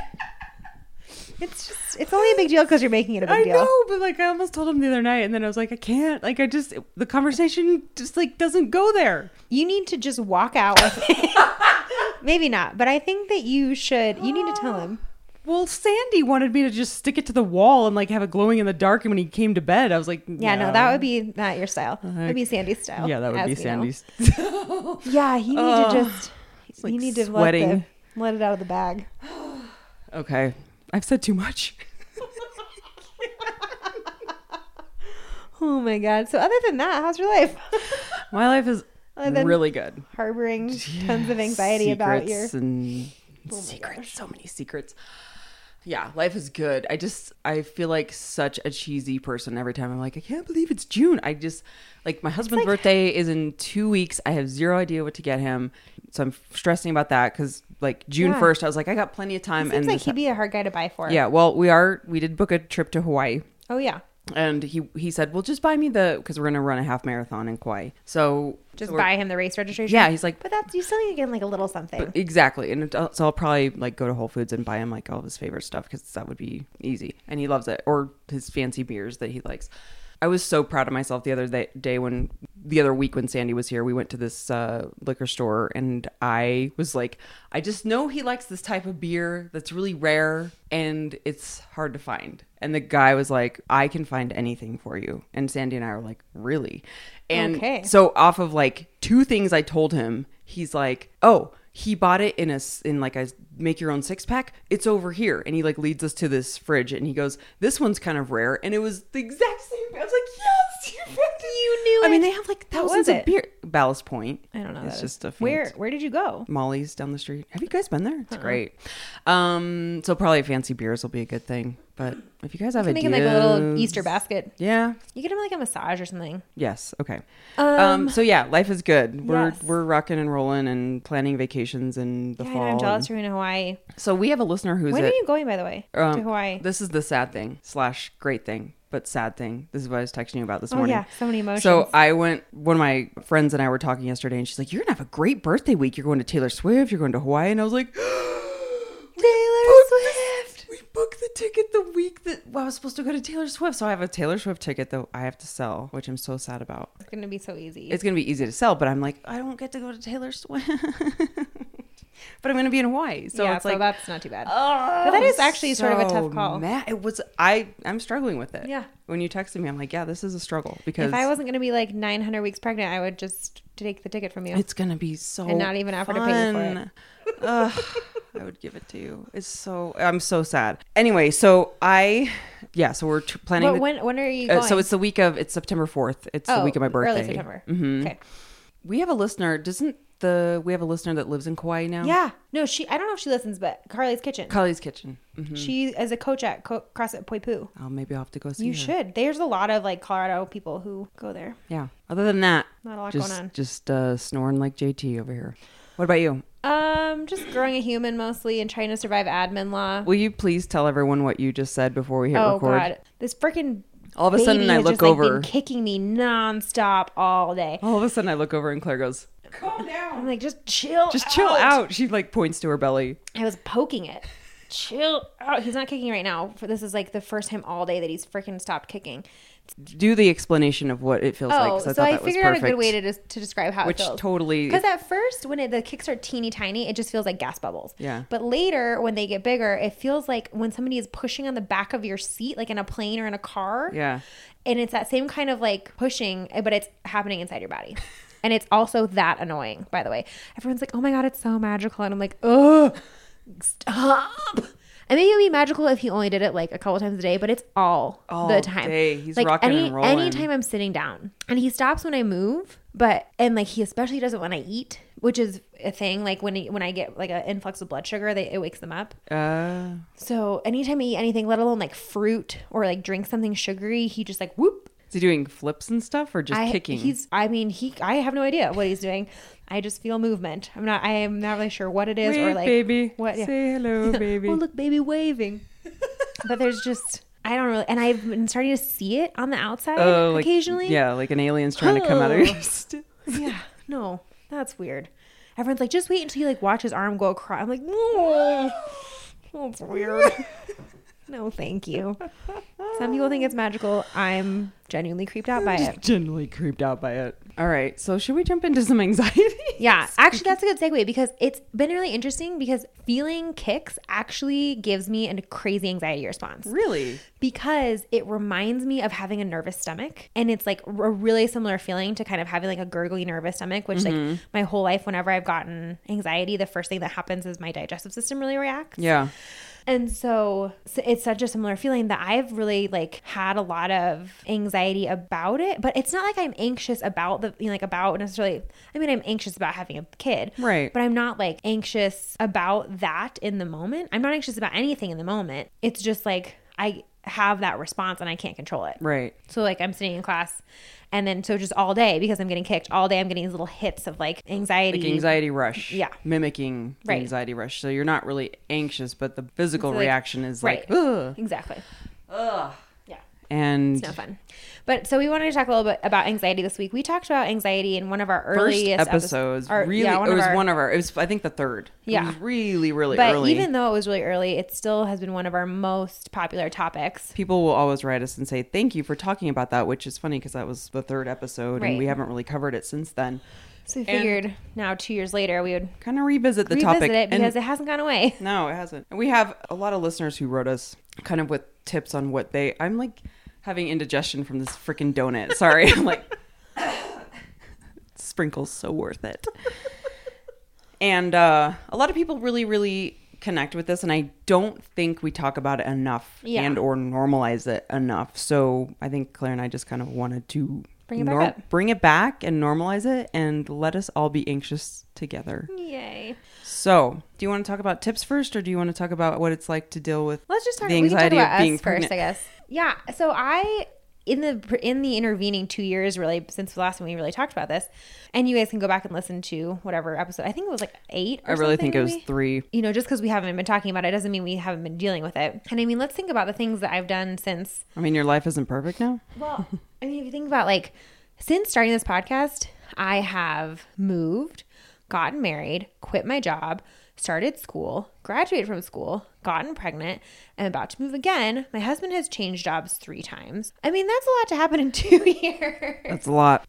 [SPEAKER 2] It's just, it's only a big deal because you're making it a big
[SPEAKER 1] I
[SPEAKER 2] deal.
[SPEAKER 1] know, but like I almost told him the other night, and then I was like, I can't. Like I just the conversation just like doesn't go there.
[SPEAKER 2] You need to just walk out with Maybe not, but I think that you should. You need to tell him.
[SPEAKER 1] well, Sandy wanted me to just stick it to the wall and like have it glowing in the dark. And when he came to bed, I was like,
[SPEAKER 2] Yeah, no, that would be not your style. It'd be Sandy's style.
[SPEAKER 1] yeah, that would
[SPEAKER 2] as
[SPEAKER 1] be
[SPEAKER 2] we know.
[SPEAKER 1] Sandy's.
[SPEAKER 2] Yeah, you need
[SPEAKER 1] Ugh.
[SPEAKER 2] to just
[SPEAKER 1] like
[SPEAKER 2] you need to let, the,
[SPEAKER 1] sweating.
[SPEAKER 2] let it out of the bag.
[SPEAKER 1] Okay, I've said too much.
[SPEAKER 2] Oh my god. So other than that, how's your life?
[SPEAKER 1] My life is
[SPEAKER 2] Other than
[SPEAKER 1] really good.
[SPEAKER 2] harboring tons of anxiety about your Oh
[SPEAKER 1] Secrets and secrets, so many secrets. Yeah, life is good. I just I feel like such a cheesy person every time. I'm like, I can't believe it's June. I just like my husband's birthday is in two weeks. I have zero idea what to get him, so I'm stressing about that because like June
[SPEAKER 2] Yeah.
[SPEAKER 1] first, I was like, I got plenty of time.
[SPEAKER 2] Seems
[SPEAKER 1] and
[SPEAKER 2] like
[SPEAKER 1] this-
[SPEAKER 2] he'd be a hard guy to buy for.
[SPEAKER 1] yeah, well, we are. We did book a trip to Hawaii
[SPEAKER 2] Oh yeah.
[SPEAKER 1] and he he said, "Well, just buy me the because we're gonna run a half marathon in Kauai." So
[SPEAKER 2] Just
[SPEAKER 1] so we're-
[SPEAKER 2] buy him the race registration.
[SPEAKER 1] Yeah, he's like,
[SPEAKER 2] But that's you still need to get him like a little something.
[SPEAKER 1] exactly, and it, so I'll probably like go to Whole Foods and buy him like all of his favorite stuff because that would be easy, and he loves it, or his fancy beers that he likes. I was so proud of myself the other day, day when the other week when Sandy was here, we went to this uh, liquor store, and I was like, I just know he likes this type of beer that's really rare and it's hard to find. And the guy was like, I can find anything for you. And Sandy and I were like, really? And
[SPEAKER 2] Okay.
[SPEAKER 1] so off of like two things I told him, he's like, "Oh, he bought it in a s- in like a s- make your own six pack. It's over here." And he like leads us to this fridge, and he goes, "This one's kind of rare." And it was the exact same. I was like, "Yes, you fucking
[SPEAKER 2] You knew
[SPEAKER 1] I mean,
[SPEAKER 2] it.
[SPEAKER 1] they have like
[SPEAKER 2] What was
[SPEAKER 1] thousands of
[SPEAKER 2] it?
[SPEAKER 1] beer. Ballast Point.
[SPEAKER 2] I don't know.
[SPEAKER 1] It's
[SPEAKER 2] that
[SPEAKER 1] just
[SPEAKER 2] is.
[SPEAKER 1] a fancy.
[SPEAKER 2] where Uh-uh. where did you go?
[SPEAKER 1] Molly's down the street. Have you guys been there? It's great. Um, so probably fancy beers will be a good thing. But if you guys have
[SPEAKER 2] You
[SPEAKER 1] ideas,
[SPEAKER 2] Making like a little Easter basket.
[SPEAKER 1] Yeah,
[SPEAKER 2] You get him like a massage or something.
[SPEAKER 1] Yes. Okay.
[SPEAKER 2] Um,
[SPEAKER 1] Um, so yeah, life is good. We're
[SPEAKER 2] yes.
[SPEAKER 1] we're rocking and rolling and planning vacations in the
[SPEAKER 2] Yeah, I know,
[SPEAKER 1] fall.
[SPEAKER 2] I'm
[SPEAKER 1] and-
[SPEAKER 2] jealous you're in Hawaii.
[SPEAKER 1] so we have a listener who's
[SPEAKER 2] When
[SPEAKER 1] at-
[SPEAKER 2] are you going by the way?
[SPEAKER 1] um,
[SPEAKER 2] to Hawaii.
[SPEAKER 1] This is the sad thing slash great thing, but sad thing. This is what I was texting you about this
[SPEAKER 2] Oh,
[SPEAKER 1] morning.
[SPEAKER 2] yeah, so many emotions.
[SPEAKER 1] So I went. One of my friends and I were talking yesterday, and she's like, "You're gonna have a great birthday week. You're going to Taylor Swift. You're going to Hawaii." And I was like,
[SPEAKER 2] Taylor
[SPEAKER 1] booked the-
[SPEAKER 2] Swift.
[SPEAKER 1] we booked the ticket the week that well, I was supposed to go to Taylor Swift. So I have a Taylor Swift ticket that I have to sell, which I'm so sad about.
[SPEAKER 2] It's gonna be so easy.
[SPEAKER 1] it's going to be easy to sell, but I'm like, I don't get to go to Taylor Swift. but I'm going to be in Hawaii. So
[SPEAKER 2] yeah,
[SPEAKER 1] it's
[SPEAKER 2] so
[SPEAKER 1] like,
[SPEAKER 2] that's not too bad.
[SPEAKER 1] oh,
[SPEAKER 2] But that is actually sort of a tough
[SPEAKER 1] so
[SPEAKER 2] call.
[SPEAKER 1] mad. It was, I, I'm struggling with it.
[SPEAKER 2] Yeah.
[SPEAKER 1] When you texted me, I'm like, yeah, this is a struggle because
[SPEAKER 2] if I wasn't gonna be like 900 weeks pregnant, I would just take the ticket from you.
[SPEAKER 1] it's going to be so
[SPEAKER 2] And not even offer to pay you for it.
[SPEAKER 1] fun. Ugh, I would give it to you. It's so, I'm so sad. Anyway, so I, yeah, so we're t- planning.
[SPEAKER 2] But
[SPEAKER 1] the-
[SPEAKER 2] when when are you
[SPEAKER 1] uh,
[SPEAKER 2] going? Oh,
[SPEAKER 1] so it's the week of, it's September 4th. It's the week of my birthday. Mm-hmm.
[SPEAKER 2] Early September. Okay.
[SPEAKER 1] We have a listener. Doesn't the, we have a listener that lives in Kauai now?
[SPEAKER 2] Yeah. No, she. I don't know if she listens, but Carly's Kitchen.
[SPEAKER 1] Kali's Kitchen. Mhm.
[SPEAKER 2] She is a coach at Co- CrossFit Poipu.
[SPEAKER 1] Oh, maybe I'll have to go see
[SPEAKER 2] You
[SPEAKER 1] her.
[SPEAKER 2] should. There's a lot of like Colorado people who go there.
[SPEAKER 1] Yeah. Other than that,
[SPEAKER 2] Not a lot
[SPEAKER 1] just
[SPEAKER 2] going on.
[SPEAKER 1] just uh, snoring like JT over here. What about you?
[SPEAKER 2] Um, just growing a human mostly and trying to survive admin law.
[SPEAKER 1] Will you please tell everyone what you just said before we hit
[SPEAKER 2] oh
[SPEAKER 1] record?
[SPEAKER 2] god, this freaking
[SPEAKER 1] All of a sudden,
[SPEAKER 2] baby
[SPEAKER 1] I
[SPEAKER 2] has
[SPEAKER 1] look
[SPEAKER 2] just, like, been
[SPEAKER 1] over.
[SPEAKER 2] kicking me nonstop all day.
[SPEAKER 1] All of a sudden, I look over and Claire goes, "Calm
[SPEAKER 2] I'm
[SPEAKER 1] down,
[SPEAKER 2] like, just chill.
[SPEAKER 1] just chill out." She like points to her belly.
[SPEAKER 2] I was poking it. Chill out. He's not kicking right now. For this is like the first time all day that he's freaking stopped kicking.
[SPEAKER 1] Do the explanation of what it feels like.
[SPEAKER 2] Oh,
[SPEAKER 1] 'cause
[SPEAKER 2] so
[SPEAKER 1] I, thought
[SPEAKER 2] I,
[SPEAKER 1] that was
[SPEAKER 2] figured out a good
[SPEAKER 1] perfect.
[SPEAKER 2] way to des- to describe how
[SPEAKER 1] Which
[SPEAKER 2] it feels.
[SPEAKER 1] totally-
[SPEAKER 2] because at first when it, the kicks are teeny tiny, it just feels like gas bubbles.
[SPEAKER 1] Yeah.
[SPEAKER 2] But later when they get bigger, it feels like when somebody is pushing on the back of your seat, like in a plane or in a car.
[SPEAKER 1] Yeah.
[SPEAKER 2] And it's that same kind of like pushing, eh, but it's happening inside your body. And it's also that annoying, by the way. Everyone's like, "Oh my god, it's so magical," and I'm like, "Ugh, stop." And maybe it would be magical if he only did it like a couple times a day, but it's all,
[SPEAKER 1] All
[SPEAKER 2] the time.
[SPEAKER 1] day. He's
[SPEAKER 2] like
[SPEAKER 1] rocking
[SPEAKER 2] any
[SPEAKER 1] and rolling.
[SPEAKER 2] anytime I'm sitting down, and he stops when I move, but and like he especially does it when I eat, which is a thing. Like when he, when I get like an influx of blood sugar, they, it wakes them up.
[SPEAKER 1] Uh,
[SPEAKER 2] So anytime I eat anything, let alone like fruit or like drink something sugary, he just like whoop
[SPEAKER 1] is he doing flips and stuff or just
[SPEAKER 2] I,
[SPEAKER 1] kicking?
[SPEAKER 2] He's. I mean, he. I have no idea what he's doing. I just feel movement. I'm not. I am not really sure what it is
[SPEAKER 1] Wave,
[SPEAKER 2] or like
[SPEAKER 1] baby.
[SPEAKER 2] What? yeah.
[SPEAKER 1] Say hello, baby.
[SPEAKER 2] Oh look, baby waving. but there's just. I don't really. And I've been starting to see it on the outside
[SPEAKER 1] Oh, like-
[SPEAKER 2] occasionally. Oh.
[SPEAKER 1] Yeah, like an alien's trying to come out of your. st-
[SPEAKER 2] Yeah. No, that's weird. Everyone's like, just wait until you like watch his arm go across. I'm like, no, that's weird. no, thank you. Some people think it's magical. I'm genuinely creeped out by it.
[SPEAKER 1] Generally creeped out by it. All right, so should we jump into some anxiety?
[SPEAKER 2] Yeah, actually, that's a good segue because it's been really interesting because feeling kicks actually gives me a crazy anxiety response
[SPEAKER 1] Really?
[SPEAKER 2] because it reminds me of having a nervous stomach. And it's like a really similar feeling to kind of having like a gurgly nervous stomach, which, like, my whole life, whenever I've gotten anxiety, the first thing that happens is my digestive system really reacts.
[SPEAKER 1] Yeah.
[SPEAKER 2] And so, so it's such a similar feeling that I've really like had a lot of anxiety about it, but it's not like I'm anxious about the you know, like about necessarily I mean I'm anxious about having a kid.
[SPEAKER 1] Right.
[SPEAKER 2] But I'm not like anxious about that in the moment. I'm not anxious about anything in the moment. It's just like I have that response and I can't control it.
[SPEAKER 1] Right.
[SPEAKER 2] So like I'm sitting in class and then so just all day because I'm getting kicked all day I'm getting these little hits of like anxiety.
[SPEAKER 1] Like anxiety rush.
[SPEAKER 2] Yeah.
[SPEAKER 1] Mimicking the
[SPEAKER 2] Right.
[SPEAKER 1] anxiety rush. So you're not really anxious, but the physical
[SPEAKER 2] It's like-
[SPEAKER 1] reaction is
[SPEAKER 2] right.
[SPEAKER 1] like, ugh.
[SPEAKER 2] Exactly.
[SPEAKER 1] Ugh.
[SPEAKER 2] Yeah.
[SPEAKER 1] And
[SPEAKER 2] It's no fun. But so we wanted to talk a little bit about anxiety this week. We talked about anxiety in one of our
[SPEAKER 1] first
[SPEAKER 2] earliest
[SPEAKER 1] episodes,
[SPEAKER 2] or-
[SPEAKER 1] really,
[SPEAKER 2] yeah, one
[SPEAKER 1] it
[SPEAKER 2] of
[SPEAKER 1] was
[SPEAKER 2] our-
[SPEAKER 1] one of our, it was, I think the third. It
[SPEAKER 2] Yeah.
[SPEAKER 1] was really, really
[SPEAKER 2] But
[SPEAKER 1] early.
[SPEAKER 2] even though it was really early, it still has been one of our most popular topics.
[SPEAKER 1] people will always write us and say thank you for talking about that which is funny because that was the third episode and
[SPEAKER 2] Right.
[SPEAKER 1] we haven't really covered it since then
[SPEAKER 2] So we figured now two years later we would
[SPEAKER 1] kind of revisit the
[SPEAKER 2] revisit
[SPEAKER 1] topic
[SPEAKER 2] it
[SPEAKER 1] and
[SPEAKER 2] because it hasn't gone away.
[SPEAKER 1] no it hasn't and we have a lot of listeners who wrote us kind of with tips on what they i'm like having indigestion from this freaking donut sorry i'm like sprinkles so worth it and uh, a lot of people really really connect with this and i don't think we talk about it enough
[SPEAKER 2] Yeah.
[SPEAKER 1] and or normalize it enough so i think claire and i just kind of wanted to
[SPEAKER 2] Bring it back
[SPEAKER 1] nor-
[SPEAKER 2] up.
[SPEAKER 1] bring it back and normalize it and let us all be anxious together
[SPEAKER 2] Yay.
[SPEAKER 1] so do you want to talk about tips first or do you want to talk about what it's like to deal with
[SPEAKER 2] Let's just talk,
[SPEAKER 1] the
[SPEAKER 2] we can talk
[SPEAKER 1] anxiety
[SPEAKER 2] about
[SPEAKER 1] of being
[SPEAKER 2] us
[SPEAKER 1] pregnant
[SPEAKER 2] first, I guess. Yeah. So I in the in the intervening two years, really since the last time we really talked about this, and you guys can go back and listen to whatever episode. I think it was like eight.
[SPEAKER 1] i
[SPEAKER 2] Or
[SPEAKER 1] really
[SPEAKER 2] something,
[SPEAKER 1] think it was
[SPEAKER 2] maybe?
[SPEAKER 1] three
[SPEAKER 2] you know, just because we haven't been talking about it doesn't mean we haven't been dealing with it. And I mean, let's think about the things that I've done since.
[SPEAKER 1] i mean your life isn't perfect now
[SPEAKER 2] Well, I mean, if you think about like since starting this podcast, I have moved, gotten married, quit my job, started school, graduated from school, gotten pregnant, am about to move again. My husband has changed jobs three times. I mean, that's a lot to happen in two years.
[SPEAKER 1] that's a lot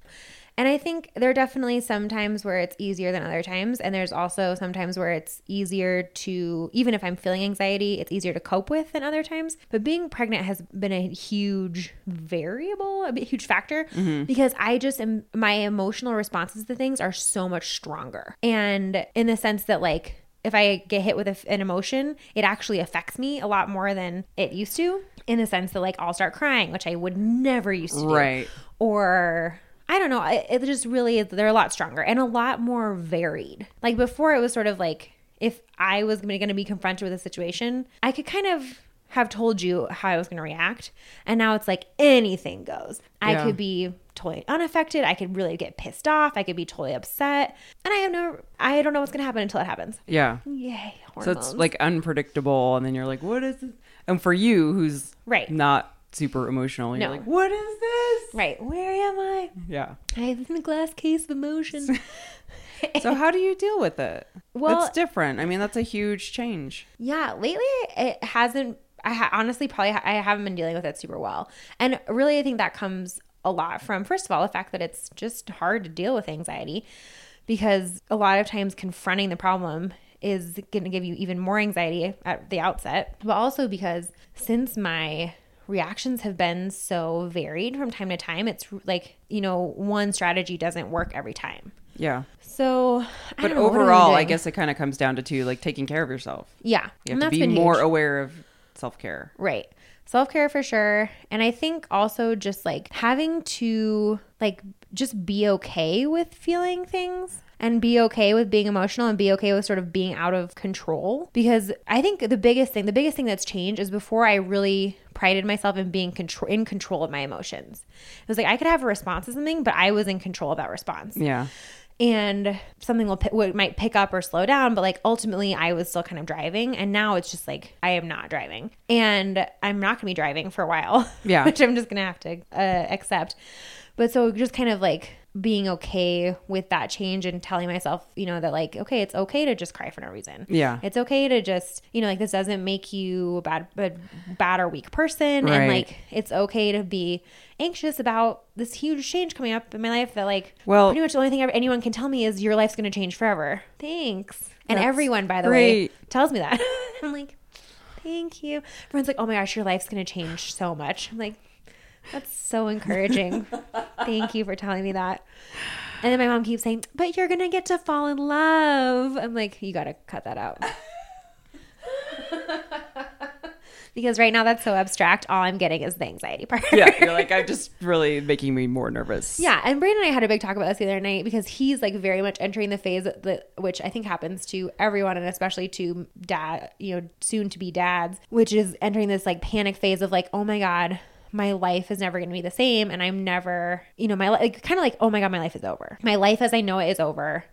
[SPEAKER 2] And I think there are definitely some times where it's easier than other times. And there's also sometimes where it's easier to, even if I'm feeling anxiety, it's easier to cope with than other times. But being pregnant has been a huge variable, a big- huge factor, because I just am, my emotional responses to things are so much stronger. And in the sense that, like, if I get hit with a, an emotion, it actually affects me a lot more than it used to. In the sense that, like, I'll start crying, which I would never used to do
[SPEAKER 1] Right.
[SPEAKER 2] or I don't know. It, it just really they're a lot stronger and a lot more varied. Like before, it was sort of like if I was going to be confronted with a situation, I could kind of have told you how I was going to react, and now it's like anything goes.
[SPEAKER 1] Yeah.
[SPEAKER 2] I could be totally unaffected. I could really get pissed off. I could be totally upset, and I have no. I don't know what's going to happen until it happens.
[SPEAKER 1] yeah
[SPEAKER 2] Yay!
[SPEAKER 1] So
[SPEAKER 2] Hormones.
[SPEAKER 1] it's like unpredictable, and then you're like, "What is this?" And for you, who's
[SPEAKER 2] Right.
[SPEAKER 1] not super emotional, you're
[SPEAKER 2] No.
[SPEAKER 1] like, "What is this?"
[SPEAKER 2] right. Where am I?
[SPEAKER 1] Yeah.
[SPEAKER 2] I'm in the glass case of emotions.
[SPEAKER 1] So how do you deal with it?
[SPEAKER 2] Well-
[SPEAKER 1] that's different. I mean, that's a huge change.
[SPEAKER 2] Yeah, lately it hasn't. I ha- honestly probably ha- I haven't been dealing with it super well, and really I think that comes a lot from first of all the fact that it's just hard to deal with anxiety, because a lot of times confronting the problem is going to give you even more anxiety at the outset, but also because since my reactions have been so varied from time to time, it's like you know one strategy doesn't work every time.
[SPEAKER 1] Yeah.
[SPEAKER 2] So, I
[SPEAKER 1] But
[SPEAKER 2] don't know, what are we
[SPEAKER 1] overall, I
[SPEAKER 2] doing?
[SPEAKER 1] guess it kind of comes down to two, like taking care of yourself.
[SPEAKER 2] yeah,
[SPEAKER 1] You
[SPEAKER 2] and
[SPEAKER 1] have
[SPEAKER 2] that's
[SPEAKER 1] to be
[SPEAKER 2] been
[SPEAKER 1] more
[SPEAKER 2] huge.
[SPEAKER 1] aware of self care.
[SPEAKER 2] Right. Self care for sure. And I think also just like having to like just be okay with feeling things and be okay with being emotional and be okay with sort of being out of control because I think the biggest thing the biggest thing that's changed is before I really prided myself in being control in control of my emotions. It was like I could have a response to something but I was in control of that response
[SPEAKER 1] Yeah.
[SPEAKER 2] and something will pi- what might pick up or slow down but like ultimately i was still kind of driving and now it's just like i am not driving and i'm not going to be driving for a while
[SPEAKER 1] Yeah.
[SPEAKER 2] which i'm just going to have to uh, accept but so just kind of like being okay with that change and telling myself, you know, that like, okay, it's okay to just cry for no reason.
[SPEAKER 1] Yeah.
[SPEAKER 2] It's okay to just, you know, like this doesn't make you a bad, a bad or weak person.
[SPEAKER 1] Right.
[SPEAKER 2] And like, it's okay to be anxious about this huge change coming up in my life that like,
[SPEAKER 1] Well-
[SPEAKER 2] pretty much the only thing anyone can tell me is your life's going to change forever. Thanks. And
[SPEAKER 1] That's
[SPEAKER 2] everyone, by the way,
[SPEAKER 1] great.
[SPEAKER 2] tells me that. I'm like, thank you. Everyone's like, oh my gosh, your life's going to change so much. I'm like, that's so encouraging. Thank you for telling me that. And then my mom keeps saying, but you're going to get to fall in love. I'm like, you got to cut that out. because right now that's so abstract. All I'm getting is the anxiety part.
[SPEAKER 1] yeah, you're like, I'm just really making me more nervous.
[SPEAKER 2] Yeah, and Brandon and I had a big talk about this the other night because he's like very much entering the phase that, which I think happens to everyone and especially to dad, you know, soon to be dads, which is entering this like panic phase of like, oh my god, my life is never going to be the same, and I'm never, you know, my li- like kind of like, oh my god, my life is over. My life as I know it is over.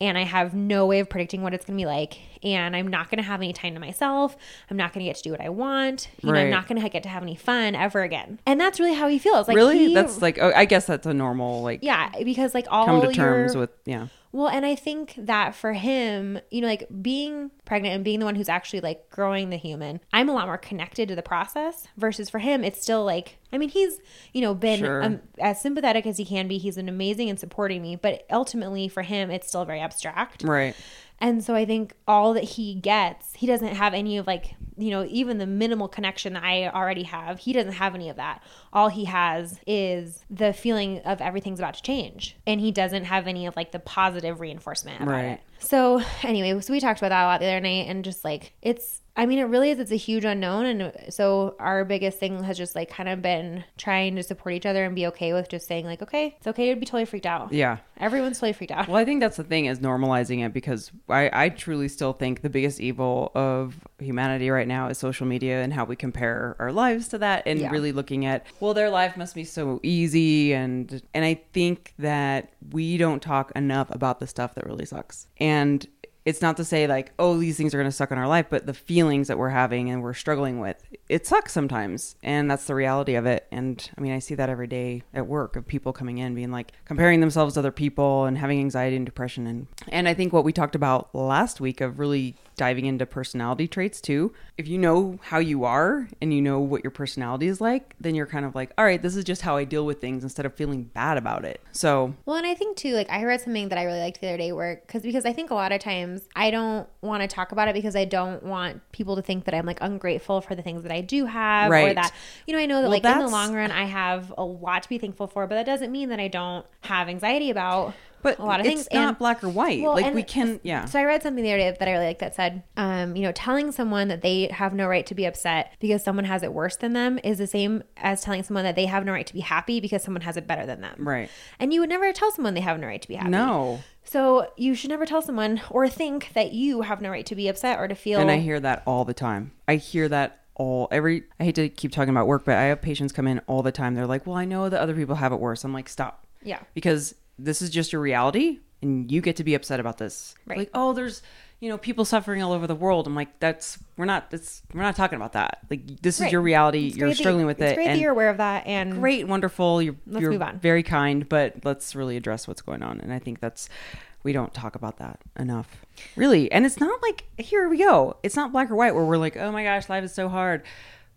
[SPEAKER 2] And I have no way of predicting what it's gonna be like. And I'm not gonna have any time to myself. I'm not gonna get to do what I want. You know, I'm
[SPEAKER 1] Right.
[SPEAKER 2] not gonna get to have any fun ever again. And that's really how he feels. Like
[SPEAKER 1] really?
[SPEAKER 2] he-
[SPEAKER 1] that's like, oh, I guess that's a normal like
[SPEAKER 2] yeah, because like all
[SPEAKER 1] Mm. come to terms
[SPEAKER 2] your,
[SPEAKER 1] with. Yeah,
[SPEAKER 2] well, and I think that for him, you know, like being pregnant and being the one who's actually like growing the human, I'm a lot more connected to the process versus for him, it's still like, I mean, he's, you know, been
[SPEAKER 1] Sure.
[SPEAKER 2] um, as sympathetic as he can be. He's an amazing and supporting me, but ultimately for him, it's still very abstract.
[SPEAKER 1] right.
[SPEAKER 2] And so I think all that he gets, he doesn't have any of like, you know, even the minimal connection that I already have. He doesn't have any of that. All he has is the feeling of everything's about to change. And he doesn't have any of like the positive reinforcement about
[SPEAKER 1] Right.
[SPEAKER 2] it. So anyway, so we talked about that a lot the other night and just like it's I mean it really is it's a huge unknown and so our biggest thing has just like kind of been trying to support each other and be okay with just saying like okay, it's okay to be totally freaked out.
[SPEAKER 1] Yeah.
[SPEAKER 2] Everyone's totally freaked out.
[SPEAKER 1] Well, I think that's the thing is normalizing it because I, I truly still think the biggest evil of humanity right now is social media and how we compare our lives to that and
[SPEAKER 2] Yeah.
[SPEAKER 1] really looking at well their life must be so easy and and I think that we don't talk enough about the stuff that really sucks. And it's not to say like oh these things are going to suck in our life but the feelings that we're having and we're struggling with it sucks sometimes and that's the reality of it and i mean i see that every day at work of people coming in being like comparing themselves to other people and having anxiety and depression and and i think what we talked about last week of really diving into personality traits too if you know how you are and you know what your personality is like then you're kind of like all right this is just how i deal with things instead of feeling bad about it so
[SPEAKER 2] Well, and I think too, like I read something that I really liked the other day, where because because I think a lot of times I don't want to talk about it because I don't want people to think that I'm like ungrateful for the things that I do have, or
[SPEAKER 1] Right.
[SPEAKER 2] that you know I know that
[SPEAKER 1] Well,
[SPEAKER 2] like in the
[SPEAKER 1] that's-
[SPEAKER 2] long run I have a lot to be thankful for, but that doesn't mean that I don't have anxiety about
[SPEAKER 1] but
[SPEAKER 2] a lot of
[SPEAKER 1] it's
[SPEAKER 2] things.
[SPEAKER 1] not
[SPEAKER 2] And-
[SPEAKER 1] black or white
[SPEAKER 2] well,
[SPEAKER 1] like
[SPEAKER 2] and-
[SPEAKER 1] we can yeah
[SPEAKER 2] so I read something the other day that I really like that said, um, you know, telling someone that they have no right to be upset because someone has it worse than them is the same as telling someone that they have no right to be happy because someone has it better than them.
[SPEAKER 1] Right.
[SPEAKER 2] And you would never tell someone they have no right to be happy.
[SPEAKER 1] no
[SPEAKER 2] So you should never tell someone or think that you have no right to be upset or to feel.
[SPEAKER 1] And I hear that all the time. I hear that all every I hate to keep talking about work, but I have patients come in all the time. They're like, "Well, I know that other people have it worse." I'm like, "Stop."
[SPEAKER 2] Yeah.
[SPEAKER 1] Because this is just your reality and you get to be upset about this.
[SPEAKER 2] Right.
[SPEAKER 1] Like, "Oh, there's, you know, people suffering all over the world." I'm like, "That's we're not that's we're not talking about that. Like this
[SPEAKER 2] Right.
[SPEAKER 1] is your reality.
[SPEAKER 2] It's great
[SPEAKER 1] you're
[SPEAKER 2] that-
[SPEAKER 1] struggling with
[SPEAKER 2] it's
[SPEAKER 1] it."
[SPEAKER 2] great that
[SPEAKER 1] and
[SPEAKER 2] you're aware of that and
[SPEAKER 1] great, wonderful. You're
[SPEAKER 2] Let's
[SPEAKER 1] you're
[SPEAKER 2] move on.
[SPEAKER 1] very kind, but let's really address what's going on. And I think that's we don't talk about that enough, really. And it's not like here we go. It's not black or white where we're like, oh my gosh, life is so hard.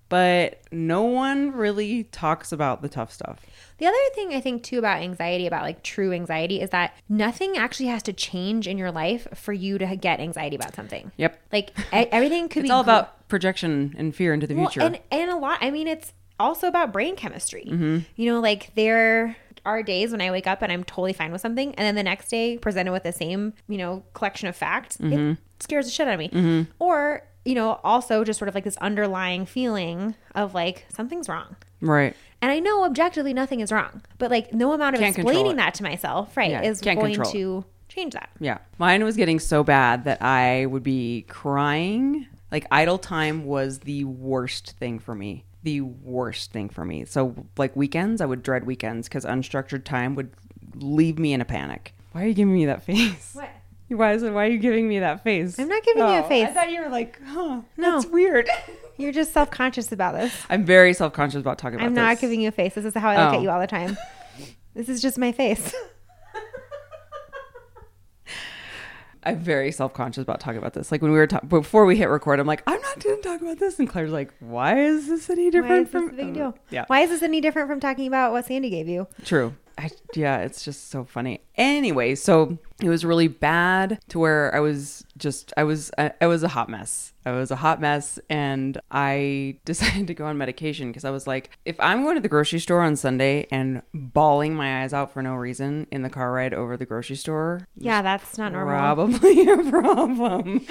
[SPEAKER 1] But no one really talks about the tough stuff.
[SPEAKER 2] The other thing I think too about anxiety, about like true anxiety, is that nothing actually has to change in your life for you to get anxiety about something.
[SPEAKER 1] Yep.
[SPEAKER 2] Like e- everything could be
[SPEAKER 1] It's all
[SPEAKER 2] gr-
[SPEAKER 1] about projection and fear into the
[SPEAKER 2] Well,
[SPEAKER 1] future.
[SPEAKER 2] and and a lot. I mean, it's also about brain chemistry.
[SPEAKER 1] Mm-hmm.
[SPEAKER 2] You know, like there are days when I wake up and I'm totally fine with something, and then the next day presented with the same you know collection of facts,
[SPEAKER 1] Mm-hmm.
[SPEAKER 2] it scares the shit out of me. Or you know, also just sort of like this underlying feeling of like something's wrong.
[SPEAKER 1] right.
[SPEAKER 2] And I know objectively nothing is wrong, but like no amount of
[SPEAKER 1] Can't control
[SPEAKER 2] explaining
[SPEAKER 1] it.
[SPEAKER 2] that to myself, right,
[SPEAKER 1] Yeah,
[SPEAKER 2] is
[SPEAKER 1] can't
[SPEAKER 2] going
[SPEAKER 1] control it.
[SPEAKER 2] to change that.
[SPEAKER 1] Yeah. Mine was getting so bad that I would be crying. Like idle time was the worst thing for me. The worst thing for me. So like weekends, I would dread weekends because unstructured time would leave me in a panic. Why are you giving me that face?
[SPEAKER 2] What?
[SPEAKER 1] Why is it, why are you giving me that face?
[SPEAKER 2] I'm not giving you a face.
[SPEAKER 1] Oh, I thought you were like, huh,
[SPEAKER 2] No.
[SPEAKER 1] that's weird.
[SPEAKER 2] You're just self conscious about this.
[SPEAKER 1] I'm very self conscious about talking about
[SPEAKER 2] I'm
[SPEAKER 1] this.
[SPEAKER 2] not giving you a face. This is how I look
[SPEAKER 1] Oh.
[SPEAKER 2] at you all the time. This is just my face.
[SPEAKER 1] I'm very self conscious about talking about this. Like when we were talking before we hit record, I'm like, I'm not going to talk about this. And Claire's like, Why is this any
[SPEAKER 2] Why
[SPEAKER 1] different
[SPEAKER 2] is this
[SPEAKER 1] from?
[SPEAKER 2] a big
[SPEAKER 1] Um,
[SPEAKER 2] deal?
[SPEAKER 1] Yeah,
[SPEAKER 2] Why is this any different from talking about what Sandy gave you?
[SPEAKER 1] true. I, yeah, it's just so funny. Anyway, so it was really bad to where I was just I was I, I was a hot mess. I was a hot mess, and I decided to go on medication because I was like, if I'm going to the grocery store on Sunday and bawling my eyes out for no reason in the car ride over the grocery store,
[SPEAKER 2] Yeah, that's not normal.
[SPEAKER 1] Probably a problem.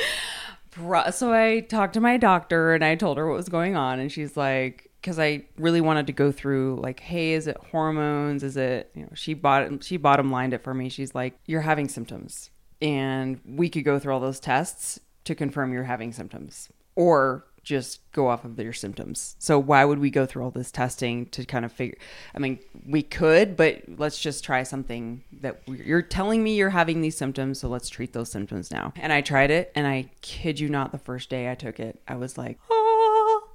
[SPEAKER 1] Pro- So I talked to my doctor and I told her what was going on, and she's like, because I really wanted to go through like, hey, is it hormones? Is it you know? She bought she bottom lined it for me. She's like, you're having symptoms, and we could go through all those tests to confirm you're having symptoms, or just go off of your symptoms. So why would we go through all this testing to kind of figure? I mean, we could, but let's just try something that we- you're telling me you're having these symptoms. So let's treat those symptoms now. And I tried it, and I kid you not, the first day I took it, I was like, oh,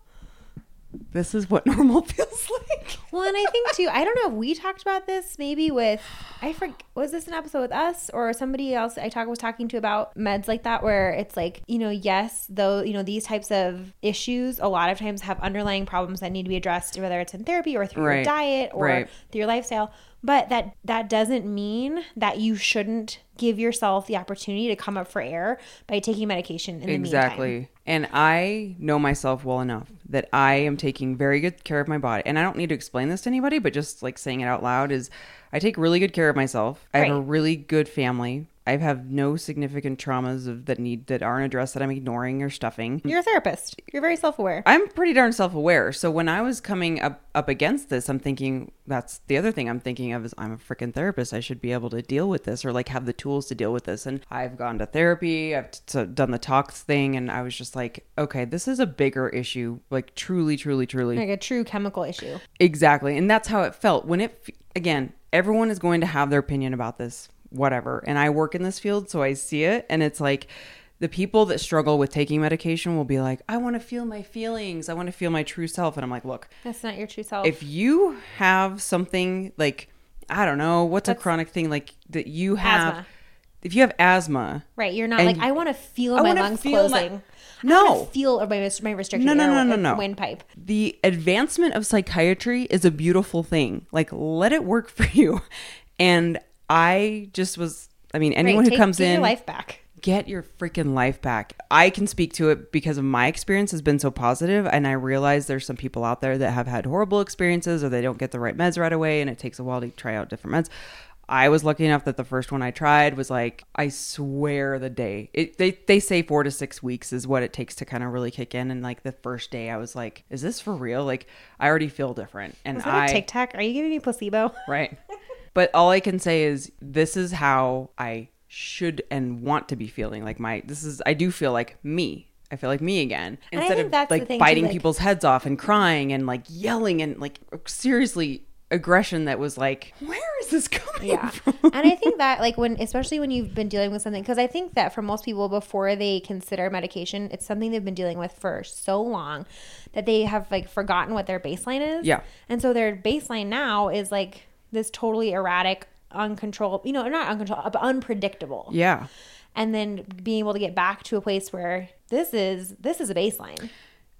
[SPEAKER 1] this is what normal feels like.
[SPEAKER 2] Well, and I think too, I don't know if we talked about this maybe with I forget was this an episode with us or somebody else I talk was talking to about meds like that where it's like, you know, yes, though, you know, these types of issues a lot of times have underlying problems that need to be addressed whether it's in therapy or through your
[SPEAKER 1] Right.
[SPEAKER 2] diet or
[SPEAKER 1] Right.
[SPEAKER 2] through your lifestyle, but that that doesn't mean that you shouldn't give yourself the opportunity to come up for air by taking medication in the
[SPEAKER 1] exactly.
[SPEAKER 2] meantime.
[SPEAKER 1] And I know myself well enough that I am taking very good care of my body. And I don't need to explain this to anybody, but just like saying it out loud is I take really good care of myself. I have a
[SPEAKER 2] Right.
[SPEAKER 1] really good family. I have no significant traumas of that need that aren't addressed that I'm ignoring or stuffing.
[SPEAKER 2] You're a therapist. You're very self-aware.
[SPEAKER 1] I'm pretty darn self-aware. So when I was coming up up against this, I'm thinking that's the other thing I'm thinking of is I'm a freaking therapist. I should be able to deal with this or like have the tools to deal with this. And I've gone to therapy. I've t- t- done the talks thing, and I was just like, okay, this is a bigger issue. Like truly, truly, truly,
[SPEAKER 2] Like a true chemical issue.
[SPEAKER 1] Exactly. And that's how it felt. When it, f- again, everyone is going to have their opinion about this, whatever. And I work in this field, so I see it. And it's like the people that struggle with taking medication will be like, I want to feel my feelings. I want to feel my true self. And I'm like, look,
[SPEAKER 2] That's not your true self.
[SPEAKER 1] if you have something like, I don't know, what's a chronic thing like that you have?
[SPEAKER 2] Asthma.
[SPEAKER 1] If you have asthma,
[SPEAKER 2] Right, you're not
[SPEAKER 1] And
[SPEAKER 2] like I want to feel
[SPEAKER 1] I
[SPEAKER 2] my
[SPEAKER 1] wanna
[SPEAKER 2] lungs
[SPEAKER 1] feel my-
[SPEAKER 2] closing. I
[SPEAKER 1] no.
[SPEAKER 2] wanna feel my my restricted
[SPEAKER 1] No, no,
[SPEAKER 2] air
[SPEAKER 1] no, no,
[SPEAKER 2] wi-
[SPEAKER 1] no.
[SPEAKER 2] windpipe.
[SPEAKER 1] the advancement of psychiatry is a beautiful thing. Like, let it work for you. And I just was, I mean, anyone
[SPEAKER 2] Right,
[SPEAKER 1] who
[SPEAKER 2] take-
[SPEAKER 1] comes
[SPEAKER 2] get
[SPEAKER 1] in,
[SPEAKER 2] your life back.
[SPEAKER 1] get your freaking life back. I can speak to it because of my experience has been so positive, And I realize there's some people out there that have had horrible experiences or they don't get the right meds right away. And it takes a while to try out different meds. I was lucky enough that the first one I tried was like, I swear the day. It, they, they say four to six weeks is what it takes to kind of really kick in. And like the first day, I was like, is this for real? Like, I already feel different. And
[SPEAKER 2] Is that
[SPEAKER 1] I.
[SPEAKER 2] a Tic Tac? Are you giving me placebo?
[SPEAKER 1] Right. But all I can say is this is how I should and want to be feeling. Like my this is I do feel like me. I feel like me again
[SPEAKER 2] And I
[SPEAKER 1] instead
[SPEAKER 2] think
[SPEAKER 1] of
[SPEAKER 2] that's the
[SPEAKER 1] like
[SPEAKER 2] thing, too,
[SPEAKER 1] biting
[SPEAKER 2] like-
[SPEAKER 1] people's heads off and crying and like yelling and like seriously aggression that was like where is this coming
[SPEAKER 2] Yeah.
[SPEAKER 1] from?
[SPEAKER 2] and I think that like when especially when you've been dealing with something cuz I think that for most people before they consider medication, it's something they've been dealing with for so long that they have like forgotten what their baseline is.
[SPEAKER 1] Yeah.
[SPEAKER 2] And so their baseline now is like this totally erratic uncontrollable, you know, not uncontrollable, but unpredictable.
[SPEAKER 1] Yeah.
[SPEAKER 2] and then being able to get back to a place where this is this is a baseline.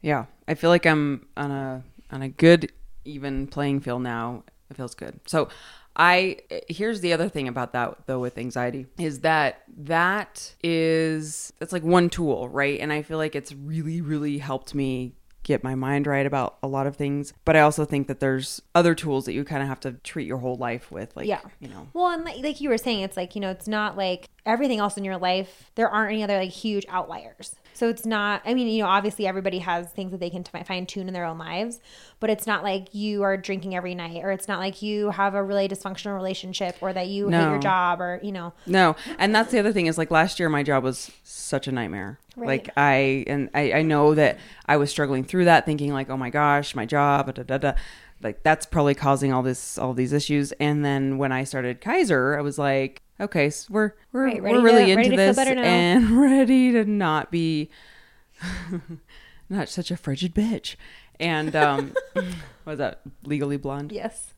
[SPEAKER 1] Yeah. I feel like I'm on a on a good even playing field now. It feels good. So I here's the other thing about that though with anxiety is that that is that's like one tool, right? And I feel like it's really really helped me get my mind right about a lot of things, but I also think that there's other tools that you kind of have to treat your whole life with like,
[SPEAKER 2] Yeah.
[SPEAKER 1] you know.
[SPEAKER 2] Well, and like, like you were saying, it's like, you know, it's not like everything else in your life, there aren't any other like huge outliers. So it's not, I mean, you know, obviously everybody has things that they can t- fine tune in their own lives, but it's not like you are drinking every night or it's not like you have a really dysfunctional relationship or that you hate
[SPEAKER 1] No.
[SPEAKER 2] your job or, you know,
[SPEAKER 1] No, and that's the other thing is like last year my job was such a nightmare.
[SPEAKER 2] Right.
[SPEAKER 1] Like I and I, I know that I was struggling through that, thinking like, oh my gosh, my job, da da da. Like that's probably causing all this, all these issues. And then when I started Kaiser, I was like, okay, so we're we're
[SPEAKER 2] Right, ready
[SPEAKER 1] we're really
[SPEAKER 2] to- ready
[SPEAKER 1] into
[SPEAKER 2] to feel
[SPEAKER 1] this
[SPEAKER 2] better now.
[SPEAKER 1] and ready to not be not such a frigid bitch. And um, was that legally blonde?
[SPEAKER 2] yes.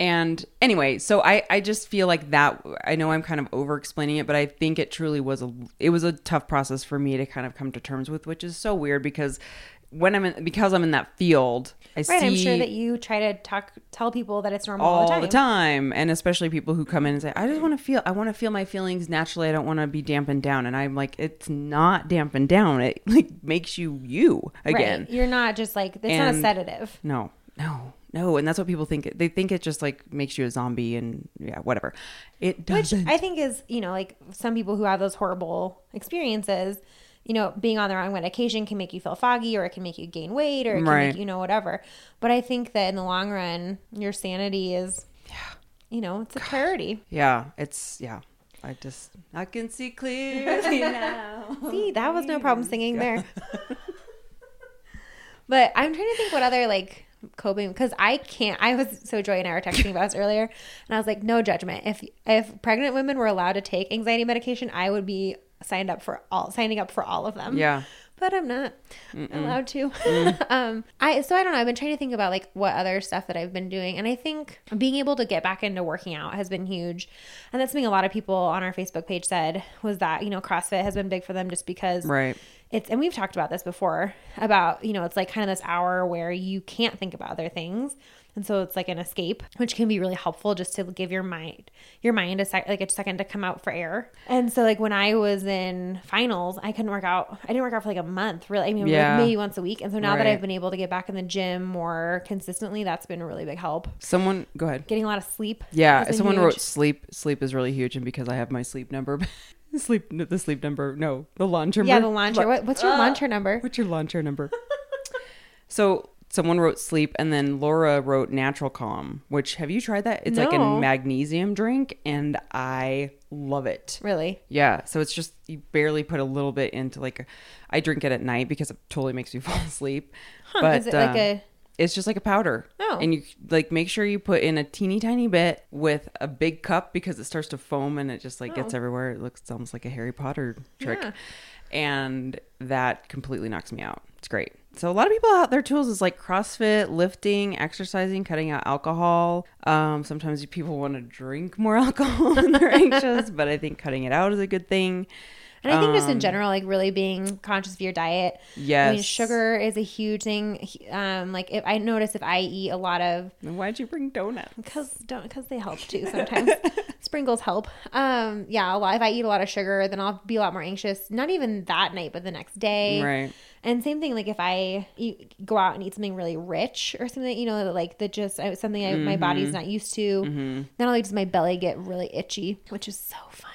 [SPEAKER 1] And anyway, so I, I just feel like that I know I'm kind of over explaining it, but I think it truly was a it was a tough process for me to kind of come to terms with, which is so weird because when I'm in because I'm in that field, I
[SPEAKER 2] Right,
[SPEAKER 1] see
[SPEAKER 2] I'm sure that you try to talk, tell people that it's normal
[SPEAKER 1] all,
[SPEAKER 2] all,
[SPEAKER 1] the time and especially people who come in and say i just want to feel i want to feel my feelings naturally i don't want to be dampened down and i'm like it's not dampened down it like makes you you again
[SPEAKER 2] Right. You're not just like it's not a
[SPEAKER 1] And-
[SPEAKER 2] sedative.
[SPEAKER 1] no no no and that's what people think they think it just like makes you a zombie and yeah whatever it
[SPEAKER 2] Which
[SPEAKER 1] doesn't
[SPEAKER 2] I think is, you know, like some people who have those horrible experiences, you know, being on the wrong medication can make you feel foggy or it can make you gain weight or it can
[SPEAKER 1] Right.
[SPEAKER 2] make you you know whatever. But I think that in the long run, your sanity is you know, it's a priority.
[SPEAKER 1] yeah it's yeah i just i can see clearly now
[SPEAKER 2] See, that was no problem singing there. but I'm trying to think what other like coping because I can't. I was so Joy and I were texting about this earlier, and I was like, no judgment. If if pregnant women were allowed to take anxiety medication, I would be signed up for all signing up for all of them.
[SPEAKER 1] Yeah.
[SPEAKER 2] But I'm not allowed to. um, I so I don't know. I've been trying to think about like what other stuff that I've been doing, and I think being able to get back into working out has been huge, and that's something a lot of people on our Facebook page said was that you know CrossFit has been big for them just because
[SPEAKER 1] Right.
[SPEAKER 2] it's and we've talked about this before about you know it's like kind of this hour where you can't think about other things and so it's like an escape which can be really helpful just to give your mind your mind a sec like a second to come out for air and so like when i was in finals i couldn't work out i didn't work out for like a month really i mean like,
[SPEAKER 1] Yeah.
[SPEAKER 2] maybe once a week and so now that
[SPEAKER 1] Right.
[SPEAKER 2] i've been able to get back in the gym more consistently that's been a really big help
[SPEAKER 1] someone go ahead
[SPEAKER 2] getting a lot of sleep has
[SPEAKER 1] Yeah,
[SPEAKER 2] been
[SPEAKER 1] someone wrote
[SPEAKER 2] huge.
[SPEAKER 1] sleep. Sleep is really huge, and because I have my sleep number, sleep the sleep number. No, the launcher.
[SPEAKER 2] yeah the launcher what, what's your launcher number
[SPEAKER 1] What's your launcher number? so someone wrote sleep, and then Laura wrote natural calm. Which have you tried that? It's like
[SPEAKER 2] No.
[SPEAKER 1] a magnesium drink, and I love it.
[SPEAKER 2] really
[SPEAKER 1] Yeah, so it's just you barely put a little bit into like a, I drink it at night because it totally makes me fall asleep. But um,
[SPEAKER 2] Is it like a-
[SPEAKER 1] it's just like a powder.
[SPEAKER 2] Oh.
[SPEAKER 1] And you like make sure you put in a teeny tiny bit with a big cup because it starts to foam and it just like gets everywhere. It looks almost like a Harry Potter trick.
[SPEAKER 2] Oh. Yeah.
[SPEAKER 1] And that completely knocks me out. It's great. So a lot of people out their tools is like CrossFit, lifting, exercising, cutting out alcohol. Um, sometimes people want to drink more alcohol when they're anxious, but I think cutting it out is a good thing. Um,
[SPEAKER 2] And I think just in general, like really being conscious of your diet. I mean,
[SPEAKER 1] Yes.
[SPEAKER 2] sugar is a huge thing. Um, like if I notice if I eat a lot of
[SPEAKER 1] And Why'd you bring donuts?
[SPEAKER 2] because don't because they help too sometimes. Sprinkles help. Um, yeah, a lot. If I eat a lot of sugar, then I'll be a lot more anxious. Not even that night, but the next day.
[SPEAKER 1] Right.
[SPEAKER 2] And same thing, like if I eat, go out and eat something really rich or something, you know, like that just uh, something I,
[SPEAKER 1] Mm-hmm.
[SPEAKER 2] my body's not used to, not only does my belly get really itchy, which is so fun,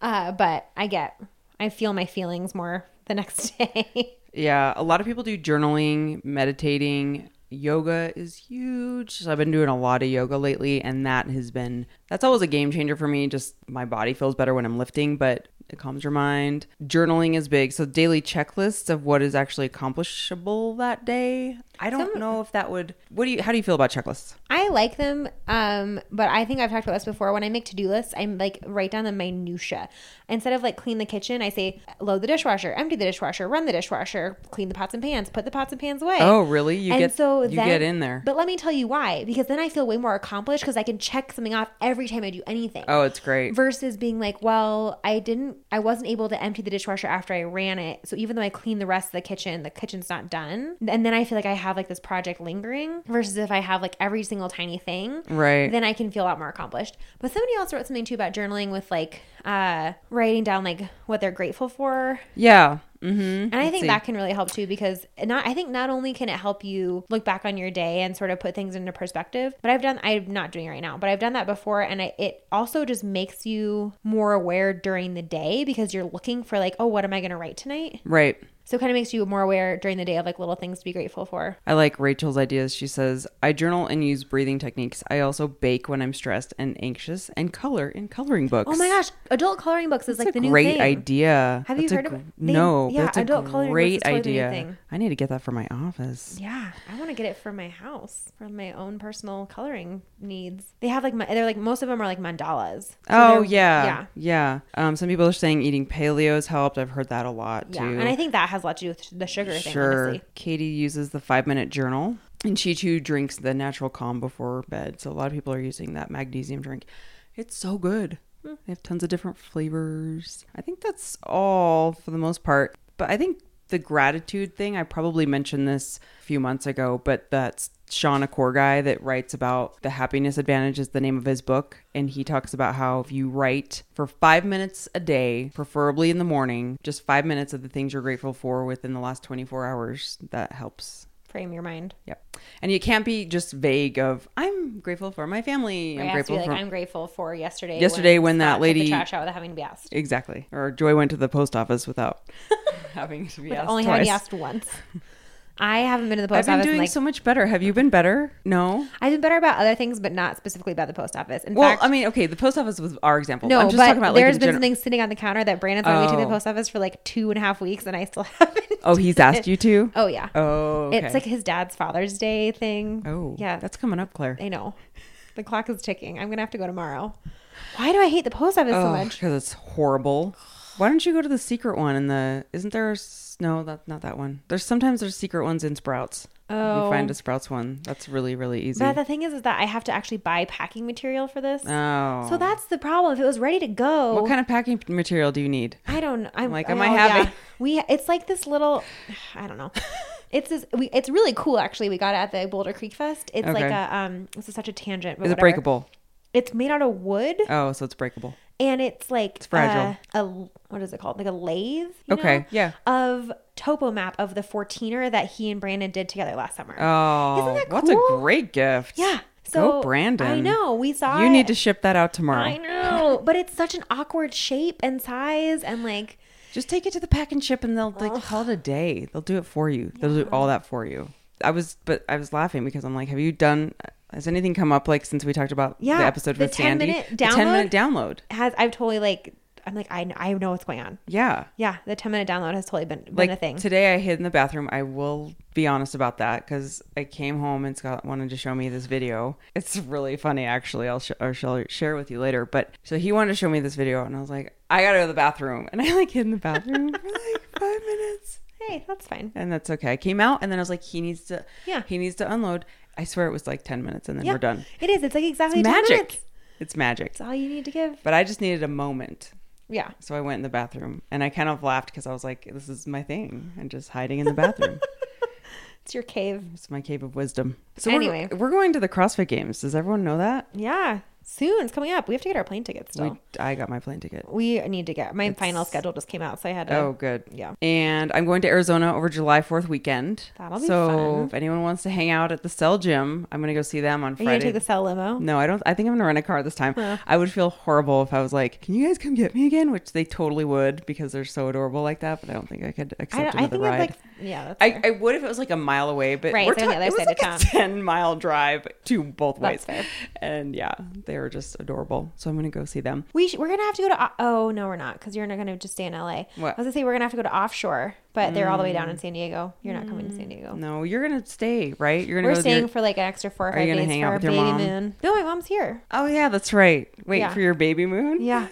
[SPEAKER 2] uh, but I get, I feel my feelings more the next day.
[SPEAKER 1] Yeah, a lot of people do journaling, meditating. Yoga is huge. So I've been doing a lot of yoga lately, and that has been that's always a game changer for me. Just my body feels better when I'm lifting, but it calms your mind. Journaling is big. So daily checklists of what is actually accomplishable that day. I don't know if that would. What do you? How do you feel about checklists?
[SPEAKER 2] I like them, um, but I think I've talked about this before. When I make to do lists, I'm like write down the minutia. Instead of like clean the kitchen, I say load the dishwasher, empty the dishwasher, run the dishwasher, clean the pots and pans, put the pots and pans away.
[SPEAKER 1] Oh, really? You
[SPEAKER 2] and
[SPEAKER 1] get
[SPEAKER 2] so
[SPEAKER 1] you
[SPEAKER 2] then-
[SPEAKER 1] get in there.
[SPEAKER 2] But let me tell you why, because then I feel way more accomplished because I can check something off every time I do anything.
[SPEAKER 1] oh, it's great.
[SPEAKER 2] Versus being like, well, I didn't, I wasn't able to empty the dishwasher after I ran it. So even though I cleaned the rest of the kitchen, the kitchen's not done. And then I feel like I have like this project lingering. Versus if I have like every single tiny thing,
[SPEAKER 1] Right.
[SPEAKER 2] Then I can feel a lot more accomplished. But somebody else wrote something too about journaling with like uh writing down like what they're grateful for
[SPEAKER 1] yeah. Mm-hmm.
[SPEAKER 2] and I think
[SPEAKER 1] see.
[SPEAKER 2] that can really help too because not I think not only can it help you look back on your day and sort of put things into perspective, but I've done I'm not doing it right now, but I've done that before and I, it also just makes you more aware during the day because you're looking for like, oh, what am I going to write tonight?
[SPEAKER 1] Right.
[SPEAKER 2] So it kind of makes you more aware during the day of like little things to be grateful for.
[SPEAKER 1] I like Rachel's ideas. She says, I journal and use breathing techniques. I also bake when I'm stressed and anxious and color in coloring books.
[SPEAKER 2] Oh my gosh, adult coloring books is like
[SPEAKER 1] That's
[SPEAKER 2] the
[SPEAKER 1] a
[SPEAKER 2] new
[SPEAKER 1] great
[SPEAKER 2] thing.
[SPEAKER 1] idea.
[SPEAKER 2] Have you
[SPEAKER 1] That's a
[SPEAKER 2] heard of
[SPEAKER 1] gr-
[SPEAKER 2] it? They-
[SPEAKER 1] No, but
[SPEAKER 2] yeah,
[SPEAKER 1] that's a
[SPEAKER 2] adult coloring books is
[SPEAKER 1] great
[SPEAKER 2] totally the new
[SPEAKER 1] idea.
[SPEAKER 2] thing.
[SPEAKER 1] I need to get that for my office.
[SPEAKER 2] Yeah, I want to get it for my house for my own personal coloring needs. They have like my, they're like most of them are like mandalas. So
[SPEAKER 1] oh
[SPEAKER 2] they're-
[SPEAKER 1] yeah, yeah, Um, some people are saying eating paleo has helped. I've heard that a lot
[SPEAKER 2] Yeah,
[SPEAKER 1] too.
[SPEAKER 2] and I think that has a lot to do with the sugar thing.
[SPEAKER 1] sure.
[SPEAKER 2] Honestly.
[SPEAKER 1] Katie uses the five minute journal. And she too drinks the natural calm before bed. So a lot of people are using that magnesium drink. It's so good.
[SPEAKER 2] Hmm.
[SPEAKER 1] They have tons of different flavors. I think that's all for the most part. But I think the gratitude thing, I probably mentioned this a few months ago, but that's Sean Accor guy that writes about the happiness advantage is the name of his book. And he talks about how if you write for five minutes a day, preferably in the morning, just five minutes of the things you're grateful for within the last 24 hours, that helps
[SPEAKER 2] Frame your mind.
[SPEAKER 1] Yep. And you can't be just vague of I'm grateful for my family.
[SPEAKER 2] Or it
[SPEAKER 1] I'm
[SPEAKER 2] has to
[SPEAKER 1] grateful
[SPEAKER 2] be like,
[SPEAKER 1] for
[SPEAKER 2] I'm grateful for yesterday.
[SPEAKER 1] Yesterday when that
[SPEAKER 2] Scott took
[SPEAKER 1] lady-
[SPEAKER 2] the trash out without having to be asked.
[SPEAKER 1] Exactly. Or Joy went to the post office without having to be asked.
[SPEAKER 2] Only
[SPEAKER 1] twice.
[SPEAKER 2] having to be asked once. I haven't been to the
[SPEAKER 1] I've
[SPEAKER 2] post
[SPEAKER 1] been
[SPEAKER 2] office. in
[SPEAKER 1] doing
[SPEAKER 2] like,
[SPEAKER 1] so much better. Have you been better? No.
[SPEAKER 2] I've been better about other things, but not specifically about the post office. In
[SPEAKER 1] Well,
[SPEAKER 2] fact,
[SPEAKER 1] I mean, okay, the post office was our example.
[SPEAKER 2] no,
[SPEAKER 1] I'm just
[SPEAKER 2] but
[SPEAKER 1] talking about like
[SPEAKER 2] there's
[SPEAKER 1] in
[SPEAKER 2] been
[SPEAKER 1] general-
[SPEAKER 2] something sitting on the counter that Brandon's on me to the
[SPEAKER 1] Oh.
[SPEAKER 2] post office for like two and a half weeks, and I still haven't.
[SPEAKER 1] Oh, he's asked you to?
[SPEAKER 2] Oh yeah.
[SPEAKER 1] Oh, okay.
[SPEAKER 2] It's like his dad's Father's Day thing.
[SPEAKER 1] Oh.
[SPEAKER 2] yeah.
[SPEAKER 1] That's coming up, Claire.
[SPEAKER 2] I know. The clock is ticking. I'm gonna have to go tomorrow. Why do I hate the post office so
[SPEAKER 1] Oh,
[SPEAKER 2] much?
[SPEAKER 1] because it's horrible. Why don't you go to the secret one and the isn't there a s- no that not that one. There's sometimes there's secret ones in Sprouts. If
[SPEAKER 2] Oh.
[SPEAKER 1] You find a Sprouts one. That's really really easy.
[SPEAKER 2] But the thing is, is that I have to actually buy packing material for this.
[SPEAKER 1] oh.
[SPEAKER 2] So that's the problem. If it was ready to go,
[SPEAKER 1] What kind of packing material do you need?
[SPEAKER 2] I don't. know. I'm
[SPEAKER 1] Like, am
[SPEAKER 2] oh,
[SPEAKER 1] I having-
[SPEAKER 2] We. It's like this little. I don't know. It's this, we, It's really cool. Actually, we got it at the Boulder Creek Fest. It's like
[SPEAKER 1] Okay.
[SPEAKER 2] a. Um. This is such a tangent. But
[SPEAKER 1] Is it
[SPEAKER 2] whatever.
[SPEAKER 1] breakable?
[SPEAKER 2] It's made out of wood,
[SPEAKER 1] Oh, so it's breakable.
[SPEAKER 2] and it's like it's
[SPEAKER 1] fragile.
[SPEAKER 2] A, what is it called? Like a lathe. you
[SPEAKER 1] Okay,
[SPEAKER 2] know,
[SPEAKER 1] yeah.
[SPEAKER 2] Of topo map of the 14er that he and Brandon did together last summer.
[SPEAKER 1] Oh,
[SPEAKER 2] that
[SPEAKER 1] that's a
[SPEAKER 2] cool?
[SPEAKER 1] great gift.
[SPEAKER 2] yeah. So
[SPEAKER 1] Go Brandon.
[SPEAKER 2] I know. We saw.
[SPEAKER 1] You
[SPEAKER 2] it.
[SPEAKER 1] need to ship that out tomorrow.
[SPEAKER 2] I know, but it's such an awkward shape and size, and like.
[SPEAKER 1] Just take it to the pack and ship, and they'll like call it a day. They'll do it for you. They'll do all that for you. I was, but I was laughing because I'm like, have you done? Has anything come up like since we talked about
[SPEAKER 2] Yeah,
[SPEAKER 1] the episode
[SPEAKER 2] the
[SPEAKER 1] with
[SPEAKER 2] 10
[SPEAKER 1] Sandy?
[SPEAKER 2] minute
[SPEAKER 1] The ten minute download.
[SPEAKER 2] has I've totally like I'm like I kn- I know what's going on.
[SPEAKER 1] Yeah.
[SPEAKER 2] Yeah, the 10 minute download has totally been, been
[SPEAKER 1] like
[SPEAKER 2] a thing.
[SPEAKER 1] today i hid in the bathroom i will be honest about that because i came home and scott wanted to show me this video it's really funny actually i'll, sh- or shall share with you later but so he wanted to show me this video and i was like i gotta go to the bathroom and i like hid in the bathroom for like five minutes
[SPEAKER 2] hey, that's fine.
[SPEAKER 1] and that's okay i came out and then i was like he needs to
[SPEAKER 2] Yeah.
[SPEAKER 1] he needs to unload i swear it was like 10 minutes and then
[SPEAKER 2] Yeah,
[SPEAKER 1] we're done
[SPEAKER 2] It is. It's like exactly 10
[SPEAKER 1] magic
[SPEAKER 2] minutes.
[SPEAKER 1] it's magic
[SPEAKER 2] It's all you need to give.
[SPEAKER 1] but i just needed a moment
[SPEAKER 2] Yeah.
[SPEAKER 1] so I went in the bathroom and I kind of laughed because I was like, this is my thing. And just hiding in the bathroom.
[SPEAKER 2] It's your cave.
[SPEAKER 1] It's my cave of wisdom. So
[SPEAKER 2] Anyway.
[SPEAKER 1] we're, we're going to the CrossFit Games. Does everyone know that?
[SPEAKER 2] Yeah. Soon it's coming up. We have to get our plane tickets still.
[SPEAKER 1] We, I got my plane ticket.
[SPEAKER 2] We, need to get my final schedule just came out, so I had to.
[SPEAKER 1] Oh, good.
[SPEAKER 2] yeah.
[SPEAKER 1] And I'm going to Arizona over July 4th weekend.
[SPEAKER 2] That'll be
[SPEAKER 1] so
[SPEAKER 2] fun.
[SPEAKER 1] if anyone wants to hang out at the Cell Gym, I'm going to go see them on
[SPEAKER 2] Are you
[SPEAKER 1] Friday.
[SPEAKER 2] gonna take the cell limo?
[SPEAKER 1] No, I don't. I think I'm gonna rent a car this time. I would feel horrible if I was like, "Can you guys come get me again?" Which they totally would because they're so adorable like that. But I don't think I could accept
[SPEAKER 2] I, don't,
[SPEAKER 1] another
[SPEAKER 2] I think
[SPEAKER 1] ride.
[SPEAKER 2] I'd like. Yeah. That's
[SPEAKER 1] I,
[SPEAKER 2] fair.
[SPEAKER 1] I would if it was like a mile away, but
[SPEAKER 2] Right,
[SPEAKER 1] we're
[SPEAKER 2] it's on the
[SPEAKER 1] talk-
[SPEAKER 2] other
[SPEAKER 1] it was
[SPEAKER 2] side
[SPEAKER 1] like
[SPEAKER 2] of
[SPEAKER 1] a ten mile drive to both
[SPEAKER 2] That's
[SPEAKER 1] ways.
[SPEAKER 2] fair.
[SPEAKER 1] And yeah, they were just adorable. So I'm gonna go see them.
[SPEAKER 2] we sh- we're gonna have to go to. o- Oh no, we're not because you're not gonna just stay in LA.
[SPEAKER 1] What? Mm.
[SPEAKER 2] I was gonna say we're gonna have to go to offshore, but they're all the way down in San Diego. You're not coming to San Diego.
[SPEAKER 1] No, you're gonna stay, right? You're gonna
[SPEAKER 2] We're
[SPEAKER 1] Mm. go with
[SPEAKER 2] staying
[SPEAKER 1] your-
[SPEAKER 2] for like an extra four or
[SPEAKER 1] you
[SPEAKER 2] five
[SPEAKER 1] gonna
[SPEAKER 2] days
[SPEAKER 1] hang
[SPEAKER 2] for
[SPEAKER 1] out
[SPEAKER 2] our
[SPEAKER 1] with your
[SPEAKER 2] baby
[SPEAKER 1] mom?
[SPEAKER 2] moon. No, my mom's here.
[SPEAKER 1] oh yeah, that's right. Wait
[SPEAKER 2] Yeah.
[SPEAKER 1] for your baby moon.
[SPEAKER 2] Yeah.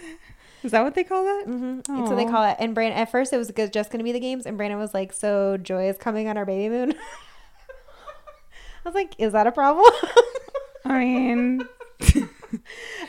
[SPEAKER 1] is that what they call that? Mm-hmm.
[SPEAKER 2] That's what they call it. And Brandon, at first it was good, just going to be the games. And Brandon was like, so Joy is coming on our baby moon. I was like, is that a problem?
[SPEAKER 1] I mean,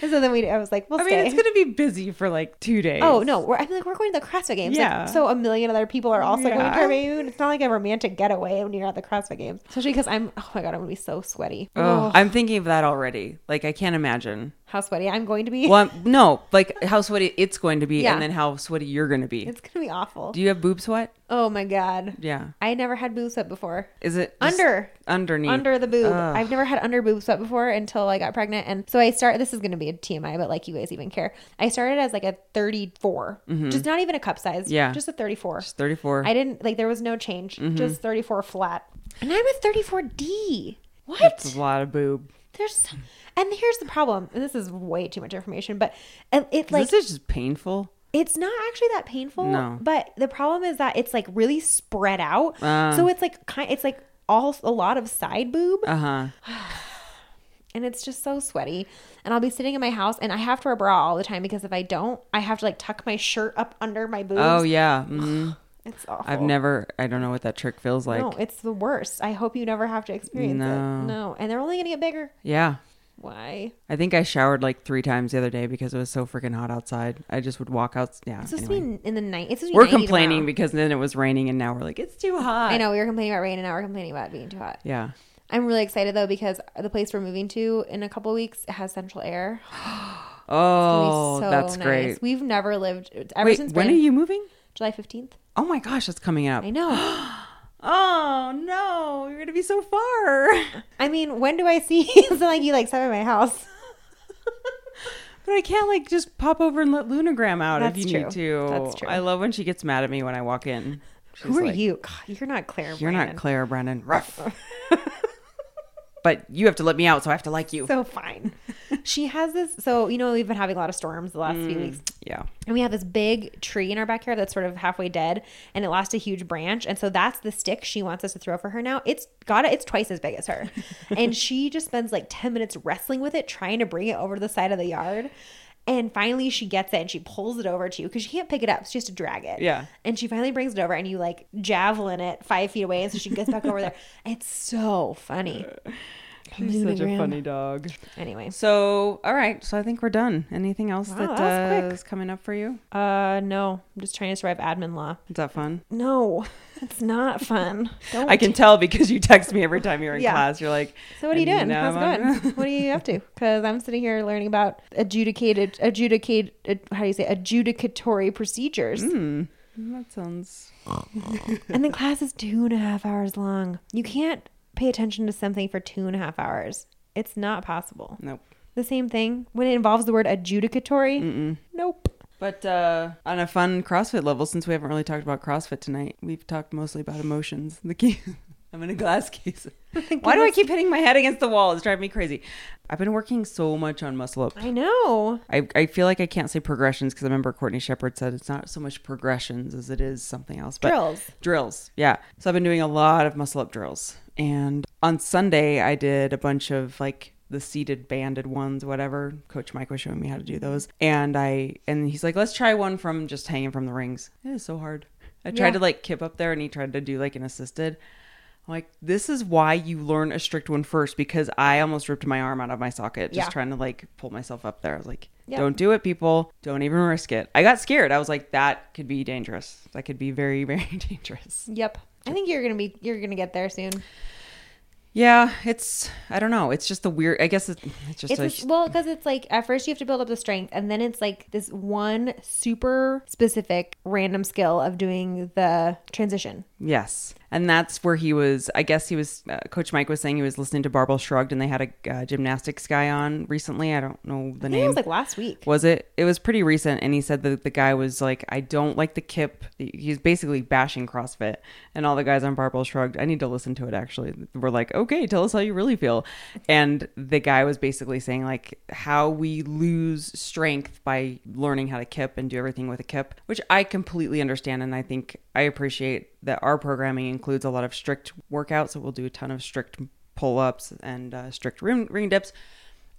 [SPEAKER 2] and so then we, I was like, we'll
[SPEAKER 1] I mean,
[SPEAKER 2] stay.
[SPEAKER 1] it's gonna be busy for like two days.
[SPEAKER 2] Oh no! We're, I'm like we're going to the CrossFit Games. Like,
[SPEAKER 1] Yeah.
[SPEAKER 2] so a million other people are also going to
[SPEAKER 1] Yeah.
[SPEAKER 2] our baby moon. It's not like a romantic getaway when you're at the CrossFit Games, especially because I'm. Oh my god, I'm going to be so sweaty.
[SPEAKER 1] Oh,
[SPEAKER 2] Ugh,
[SPEAKER 1] I'm thinking of that already. Like I can't imagine.
[SPEAKER 2] how sweaty I'm going to be.
[SPEAKER 1] Well, I'm- no, like how sweaty it's going to be,
[SPEAKER 2] Yeah.
[SPEAKER 1] and then how sweaty you're going to be.
[SPEAKER 2] It's going to be awful.
[SPEAKER 1] Do you have boob sweat?
[SPEAKER 2] oh my god,
[SPEAKER 1] Yeah.
[SPEAKER 2] I never had boob sweat before.
[SPEAKER 1] Is it just
[SPEAKER 2] Under.
[SPEAKER 1] underneath
[SPEAKER 2] under the boob.
[SPEAKER 1] Ugh.
[SPEAKER 2] I've never had under boob sweat before until I got pregnant, and so I start. This is going to be a TMI, but like you guys even care. I started as like a 34, just not even a cup size.
[SPEAKER 1] Mm-hmm. Yeah.
[SPEAKER 2] just a 34.
[SPEAKER 1] It's 34.
[SPEAKER 2] I didn't like there was no change,
[SPEAKER 1] Mm-hmm.
[SPEAKER 2] just 34 flat, and I'm a 34D. What?
[SPEAKER 1] It's a lot of boob.
[SPEAKER 2] There's, and here's the problem. And this is way too much information, but it, it like
[SPEAKER 1] this is just painful.
[SPEAKER 2] it's not actually that painful.
[SPEAKER 1] No.
[SPEAKER 2] But the problem is that it's like really spread out,
[SPEAKER 1] Ah.
[SPEAKER 2] so it's like kind. It's like all a lot of side boob.
[SPEAKER 1] Uh huh.
[SPEAKER 2] and it's just so sweaty. And I'll be sitting in my house, and I have to wear a bra all the time because if I don't, I have to like tuck my shirt up under my boobs.
[SPEAKER 1] Oh yeah. Mhm.
[SPEAKER 2] It's awful.
[SPEAKER 1] Oh, I've never. I don't know what that trick feels like.
[SPEAKER 2] No, it's the worst. I hope you never have to experience
[SPEAKER 1] No.
[SPEAKER 2] it. No, and they're only gonna get bigger.
[SPEAKER 1] Yeah.
[SPEAKER 2] Why?
[SPEAKER 1] I think I showered like three times the other day because it was so freaking hot outside. I just would walk out. Yeah.
[SPEAKER 2] It's supposed
[SPEAKER 1] anyway.
[SPEAKER 2] to be in the night. It's supposed to be
[SPEAKER 1] we're
[SPEAKER 2] 90
[SPEAKER 1] complaining
[SPEAKER 2] tomorrow.
[SPEAKER 1] because then it was raining and now we're like, it's too hot.
[SPEAKER 2] I know we were complaining about rain, and now we're complaining about it being too hot.
[SPEAKER 1] Yeah.
[SPEAKER 2] I'm really excited though because the place we're moving to in a couple weeks has central air. It's gonna
[SPEAKER 1] Oh,
[SPEAKER 2] be so
[SPEAKER 1] that's
[SPEAKER 2] nice.
[SPEAKER 1] great.
[SPEAKER 2] We've never lived ever
[SPEAKER 1] Wait,
[SPEAKER 2] since
[SPEAKER 1] when are
[SPEAKER 2] been-
[SPEAKER 1] you moving?
[SPEAKER 2] July 15th.
[SPEAKER 1] Oh my gosh, it's coming up.
[SPEAKER 2] I know.
[SPEAKER 1] Oh no, you're gonna be so far.
[SPEAKER 2] I mean, when do I see? it's not like you like stop at my house.
[SPEAKER 1] But I can't like just pop over and let Lunagram out if you
[SPEAKER 2] That's
[SPEAKER 1] need
[SPEAKER 2] true.
[SPEAKER 1] to.
[SPEAKER 2] That's true.
[SPEAKER 1] I love when she gets mad at me when I walk in. She's
[SPEAKER 2] Who are
[SPEAKER 1] like,
[SPEAKER 2] you? God, you're not Claire.
[SPEAKER 1] You're not
[SPEAKER 2] Brandon.
[SPEAKER 1] Claire Brennan. Ruff. but you have to let me out, so I have to like you.
[SPEAKER 2] So fine. she has this. So you know we've been having a lot of storms the last few
[SPEAKER 1] Mm.
[SPEAKER 2] weeks,
[SPEAKER 1] yeah.
[SPEAKER 2] and we have this big tree in our backyard that's sort of halfway dead, and it lost a huge branch, and so that's the stick she wants us to throw for her now. It's got it. It's twice as big as her, and she just spends like ten minutes wrestling with it, trying to bring it over to the side of the yard. And finally, she gets it and she pulls it over to you because she can't pick it up. She has to drag it.
[SPEAKER 1] Yeah.
[SPEAKER 2] And she finally brings it over, and you like javelin it five feet away, and so she gets back over there. It's so funny.
[SPEAKER 1] Uh. She's such a
[SPEAKER 2] Lunagram.
[SPEAKER 1] funny dog.
[SPEAKER 2] Anyway,
[SPEAKER 1] So, all right. So I think we're done. Anything else
[SPEAKER 2] Wow,
[SPEAKER 1] that,
[SPEAKER 2] that was
[SPEAKER 1] uh,
[SPEAKER 2] quick.
[SPEAKER 1] is coming up for you?
[SPEAKER 2] Uh, no. I'm just trying to survive admin law.
[SPEAKER 1] Is that fun?
[SPEAKER 2] No, it's not fun. Don't.
[SPEAKER 1] I can tell because you text me every time you're in
[SPEAKER 2] Yeah.
[SPEAKER 1] class. You're like,
[SPEAKER 2] So what are you
[SPEAKER 1] "And
[SPEAKER 2] doing?
[SPEAKER 1] now
[SPEAKER 2] How's
[SPEAKER 1] I'm
[SPEAKER 2] it going? what are you up to? Because I'm sitting here learning about adjudicated, adjudicated, how do you say, adjudicatory procedures.
[SPEAKER 1] Mm. on-" That sounds.
[SPEAKER 2] And the class is two and a half hours long. You can't pay attention to something for two and a half hours. It's not possible.
[SPEAKER 1] Nope.
[SPEAKER 2] The same thing when it involves the word adjudicatory.
[SPEAKER 1] Mm.
[SPEAKER 2] Nope.
[SPEAKER 1] But uh, on a fun CrossFit level, since we haven't really talked about CrossFit tonight, we've talked mostly about emotions. The key. I'm in a glass case. Why do I keep hitting my head against the wall? It's driving me crazy. I've been working so much on muscle up.
[SPEAKER 2] I know.
[SPEAKER 1] I, I feel like I can't say progressions because I remember Courtney Shepard said it's not so much progressions as it is something else. But
[SPEAKER 2] Drills.
[SPEAKER 1] Drills. Yeah. So I've been doing a lot of muscle up drills. And on Sunday, I did a bunch of like the seated banded ones, whatever. Coach Mike was showing me how to do those. And I, and he's like, let's try one from just hanging from the rings. It is so hard. I tried
[SPEAKER 2] Yeah.
[SPEAKER 1] to like kip up there and he tried to do like an assisted. I'm like, this is why you learn a strict one first because I almost ripped my arm out of my socket just
[SPEAKER 2] Yeah.
[SPEAKER 1] trying to like pull myself up there. I was like,
[SPEAKER 2] Yeah.
[SPEAKER 1] don't do it, people. Don't even risk it. I got scared. I was like, that could be dangerous. That could be very, very dangerous.
[SPEAKER 2] Yep. I think you're gonna be. You're gonna get there soon.
[SPEAKER 1] Yeah, it's, I don't know. It's just the weird, I guess it's, it's just
[SPEAKER 2] It's
[SPEAKER 1] a,
[SPEAKER 2] this, well because it's like at first you have to build up the strength, and then it's like this one super specific random skill of doing the transition.
[SPEAKER 1] yes. And that's where he was, I guess he was, uh, Coach Mike was saying he was listening to Barbell Shrugged and they had a uh, gymnastics guy on recently. I don't know the
[SPEAKER 2] I think it
[SPEAKER 1] name.
[SPEAKER 2] was like last week.
[SPEAKER 1] was it? It was pretty recent, and he said that the guy was like, "I don't like the kip." He's basically bashing CrossFit, and all the guys on Barbell Shrugged. I need to listen to it. Actually, we're like, "Okay, tell us how you really feel," and the guy was basically saying like how we lose strength by learning how to kip and do everything with a kip, which I completely understand, and I think I appreciate that our programming includes a lot of strict workouts. So we'll do a ton of strict pull ups and uh, strict ring, ring dips.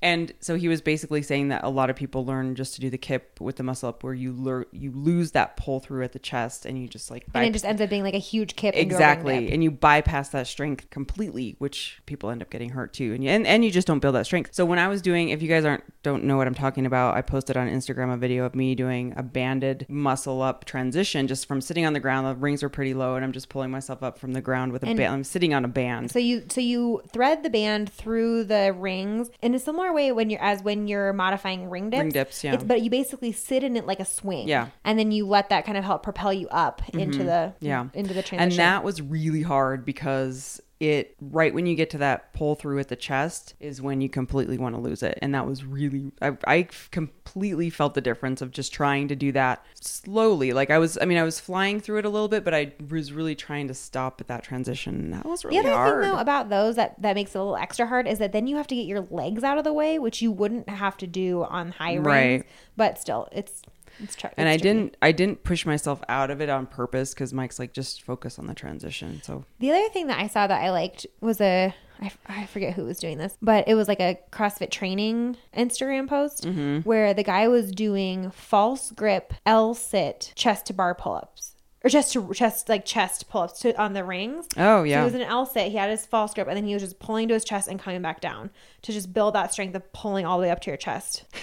[SPEAKER 1] And so he was basically saying that a lot of people learn just to do the kip with the muscle up, where you lear- you lose that pull through at the chest, and you just like
[SPEAKER 2] And it
[SPEAKER 1] byp-
[SPEAKER 2] just ends up being like a huge kip. into a ring dip.
[SPEAKER 1] exactly, and you bypass that strength completely, which people end up getting hurt too, and you, and and you just don't build that strength. So when I was doing, if you guys aren't don't know what I'm talking about, I posted on Instagram a video of me doing a banded muscle up transition, just from sitting on the ground. The rings are pretty low, and I'm just pulling myself up from the ground with a
[SPEAKER 2] And-
[SPEAKER 1] band. I'm sitting on a band.
[SPEAKER 2] So you so you thread the band through the rings in a similar way when you're as when you're modifying ring dips.
[SPEAKER 1] Ring dips, yeah.
[SPEAKER 2] It's, but you basically sit in it like a swing.
[SPEAKER 1] Yeah. Mm-hmm.
[SPEAKER 2] And then you let that kind of help propel you up into the
[SPEAKER 1] yeah
[SPEAKER 2] into the transition.
[SPEAKER 1] and that was really hard because it right when you get to that pull through at the chest is when you completely want to lose it and that was really I, I completely felt the difference of just trying to do that slowly like i was i mean i was flying through it a little bit but i was really trying to stop at that transition and that was really
[SPEAKER 2] the other
[SPEAKER 1] hard
[SPEAKER 2] thing though about those that that makes it a little extra hard is that then you have to get your legs out of the way, which you wouldn't have to do on high
[SPEAKER 1] Right.
[SPEAKER 2] rings. But still, it's it's tr-
[SPEAKER 1] and
[SPEAKER 2] it's
[SPEAKER 1] i
[SPEAKER 2] tricky.
[SPEAKER 1] didn't i didn't push myself out of it on purpose because mike's like just focus on the transition so
[SPEAKER 2] The other thing that I saw that I liked was a I, I forget who was doing this, but it was like a CrossFit training Instagram post
[SPEAKER 1] Mm-hmm.
[SPEAKER 2] where the guy was doing false grip L sit chest to bar pull ups. or chest to chest like chest pull ups to on the rings.
[SPEAKER 1] Oh
[SPEAKER 2] So he
[SPEAKER 1] yeah.
[SPEAKER 2] was in an L sit. He had his false grip, and then he was just pulling to his chest and coming back down to just build that strength of pulling all the way up to your chest.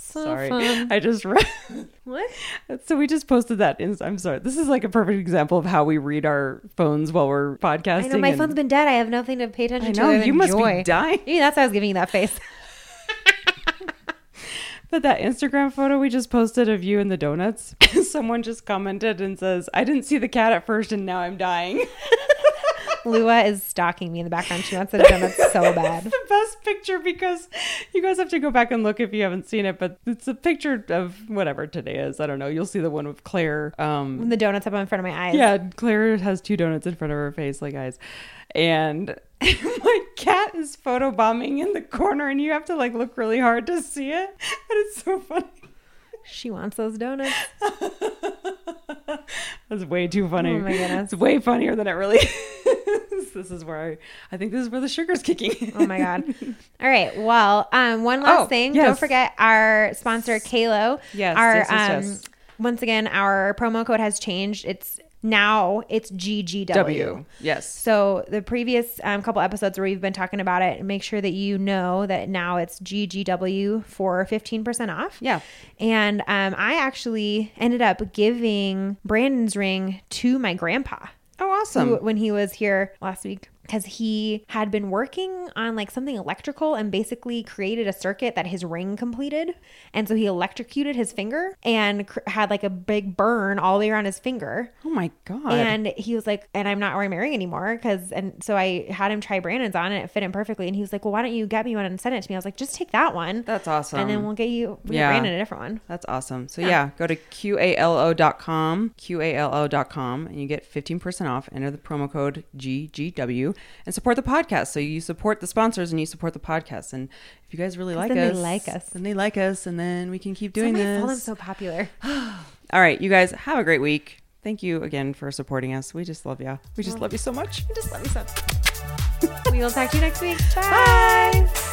[SPEAKER 2] So
[SPEAKER 1] Sorry,
[SPEAKER 2] fun.
[SPEAKER 1] I just read.
[SPEAKER 2] What?
[SPEAKER 1] so we just posted that. In, I'm sorry. This is like a perfect example of how we read our phones while we're podcasting.
[SPEAKER 2] I know my
[SPEAKER 1] and-
[SPEAKER 2] phone's been dead. I have nothing to pay attention
[SPEAKER 1] I
[SPEAKER 2] to.
[SPEAKER 1] know
[SPEAKER 2] other than
[SPEAKER 1] you must
[SPEAKER 2] joy.
[SPEAKER 1] be dying.
[SPEAKER 2] Maybe that's why I was giving you that face.
[SPEAKER 1] But that Instagram photo we just posted of you and the donuts, someone just commented and says, "I didn't see the cat at first, and now I'm dying."
[SPEAKER 2] Lua is stalking me in the background. She wants it done. That's so bad.
[SPEAKER 1] the best picture because you guys have to go back and look if you haven't seen it. But it's a picture of whatever today is. I don't know. You'll see the one with Claire. Um,
[SPEAKER 2] When the donuts up in front of my eyes.
[SPEAKER 1] yeah, Claire has two donuts in front of her face, like eyes, and. My cat is photobombing in the corner, and you have to like look really hard to see it. But it's so funny.
[SPEAKER 2] She wants those donuts.
[SPEAKER 1] That's way too funny.
[SPEAKER 2] Oh my goodness.
[SPEAKER 1] It's way funnier than it really is. This is where I, I think this is where the sugar's kicking.
[SPEAKER 2] Oh my god. All right. Well, um, one last
[SPEAKER 1] Oh,
[SPEAKER 2] thing.
[SPEAKER 1] yes.
[SPEAKER 2] Don't forget our sponsor, Kalo.
[SPEAKER 1] Yes,
[SPEAKER 2] Our um,
[SPEAKER 1] yes, yes, yes.
[SPEAKER 2] once again, our promo code has changed. It's now it's GGW.
[SPEAKER 1] W. Yes.
[SPEAKER 2] So the previous um, couple episodes where we've been talking about it, make sure that you know that now it's GGW for fifteen percent off.
[SPEAKER 1] Yeah.
[SPEAKER 2] And um, I actually ended up giving Brandon's ring to my grandpa
[SPEAKER 1] Oh,
[SPEAKER 2] who-
[SPEAKER 1] awesome.
[SPEAKER 2] when he was here last week because he had been working on like something electrical and basically created a circuit that his ring completed and so he electrocuted his finger and cr- had like a big burn all the way around his finger
[SPEAKER 1] Oh my god.
[SPEAKER 2] and he was like and i'm not wearing my ring anymore because and so i had him try brandon's on and it fit him perfectly and he was like well why don't you get me one and send it to me i was like just take that one
[SPEAKER 1] That's awesome.
[SPEAKER 2] and then we'll get you we'll get
[SPEAKER 1] Yeah.
[SPEAKER 2] brandon a different one
[SPEAKER 1] That's awesome. So yeah, go to qalo.com, qalo.com, and you get 15% off. Enter the promo code GGW and support the podcast. So you support the sponsors and you support the podcast. And if you guys really like
[SPEAKER 2] then they
[SPEAKER 1] us,
[SPEAKER 2] like us.
[SPEAKER 1] then they like us, and then we can keep doing
[SPEAKER 2] Somebody
[SPEAKER 1] this.
[SPEAKER 2] called him so popular
[SPEAKER 1] All right, you guys have a great week. Thank you again for supporting us. We just love you. We just love you so much. We just love you so.
[SPEAKER 2] we will talk to you next week bye.
[SPEAKER 1] Bye.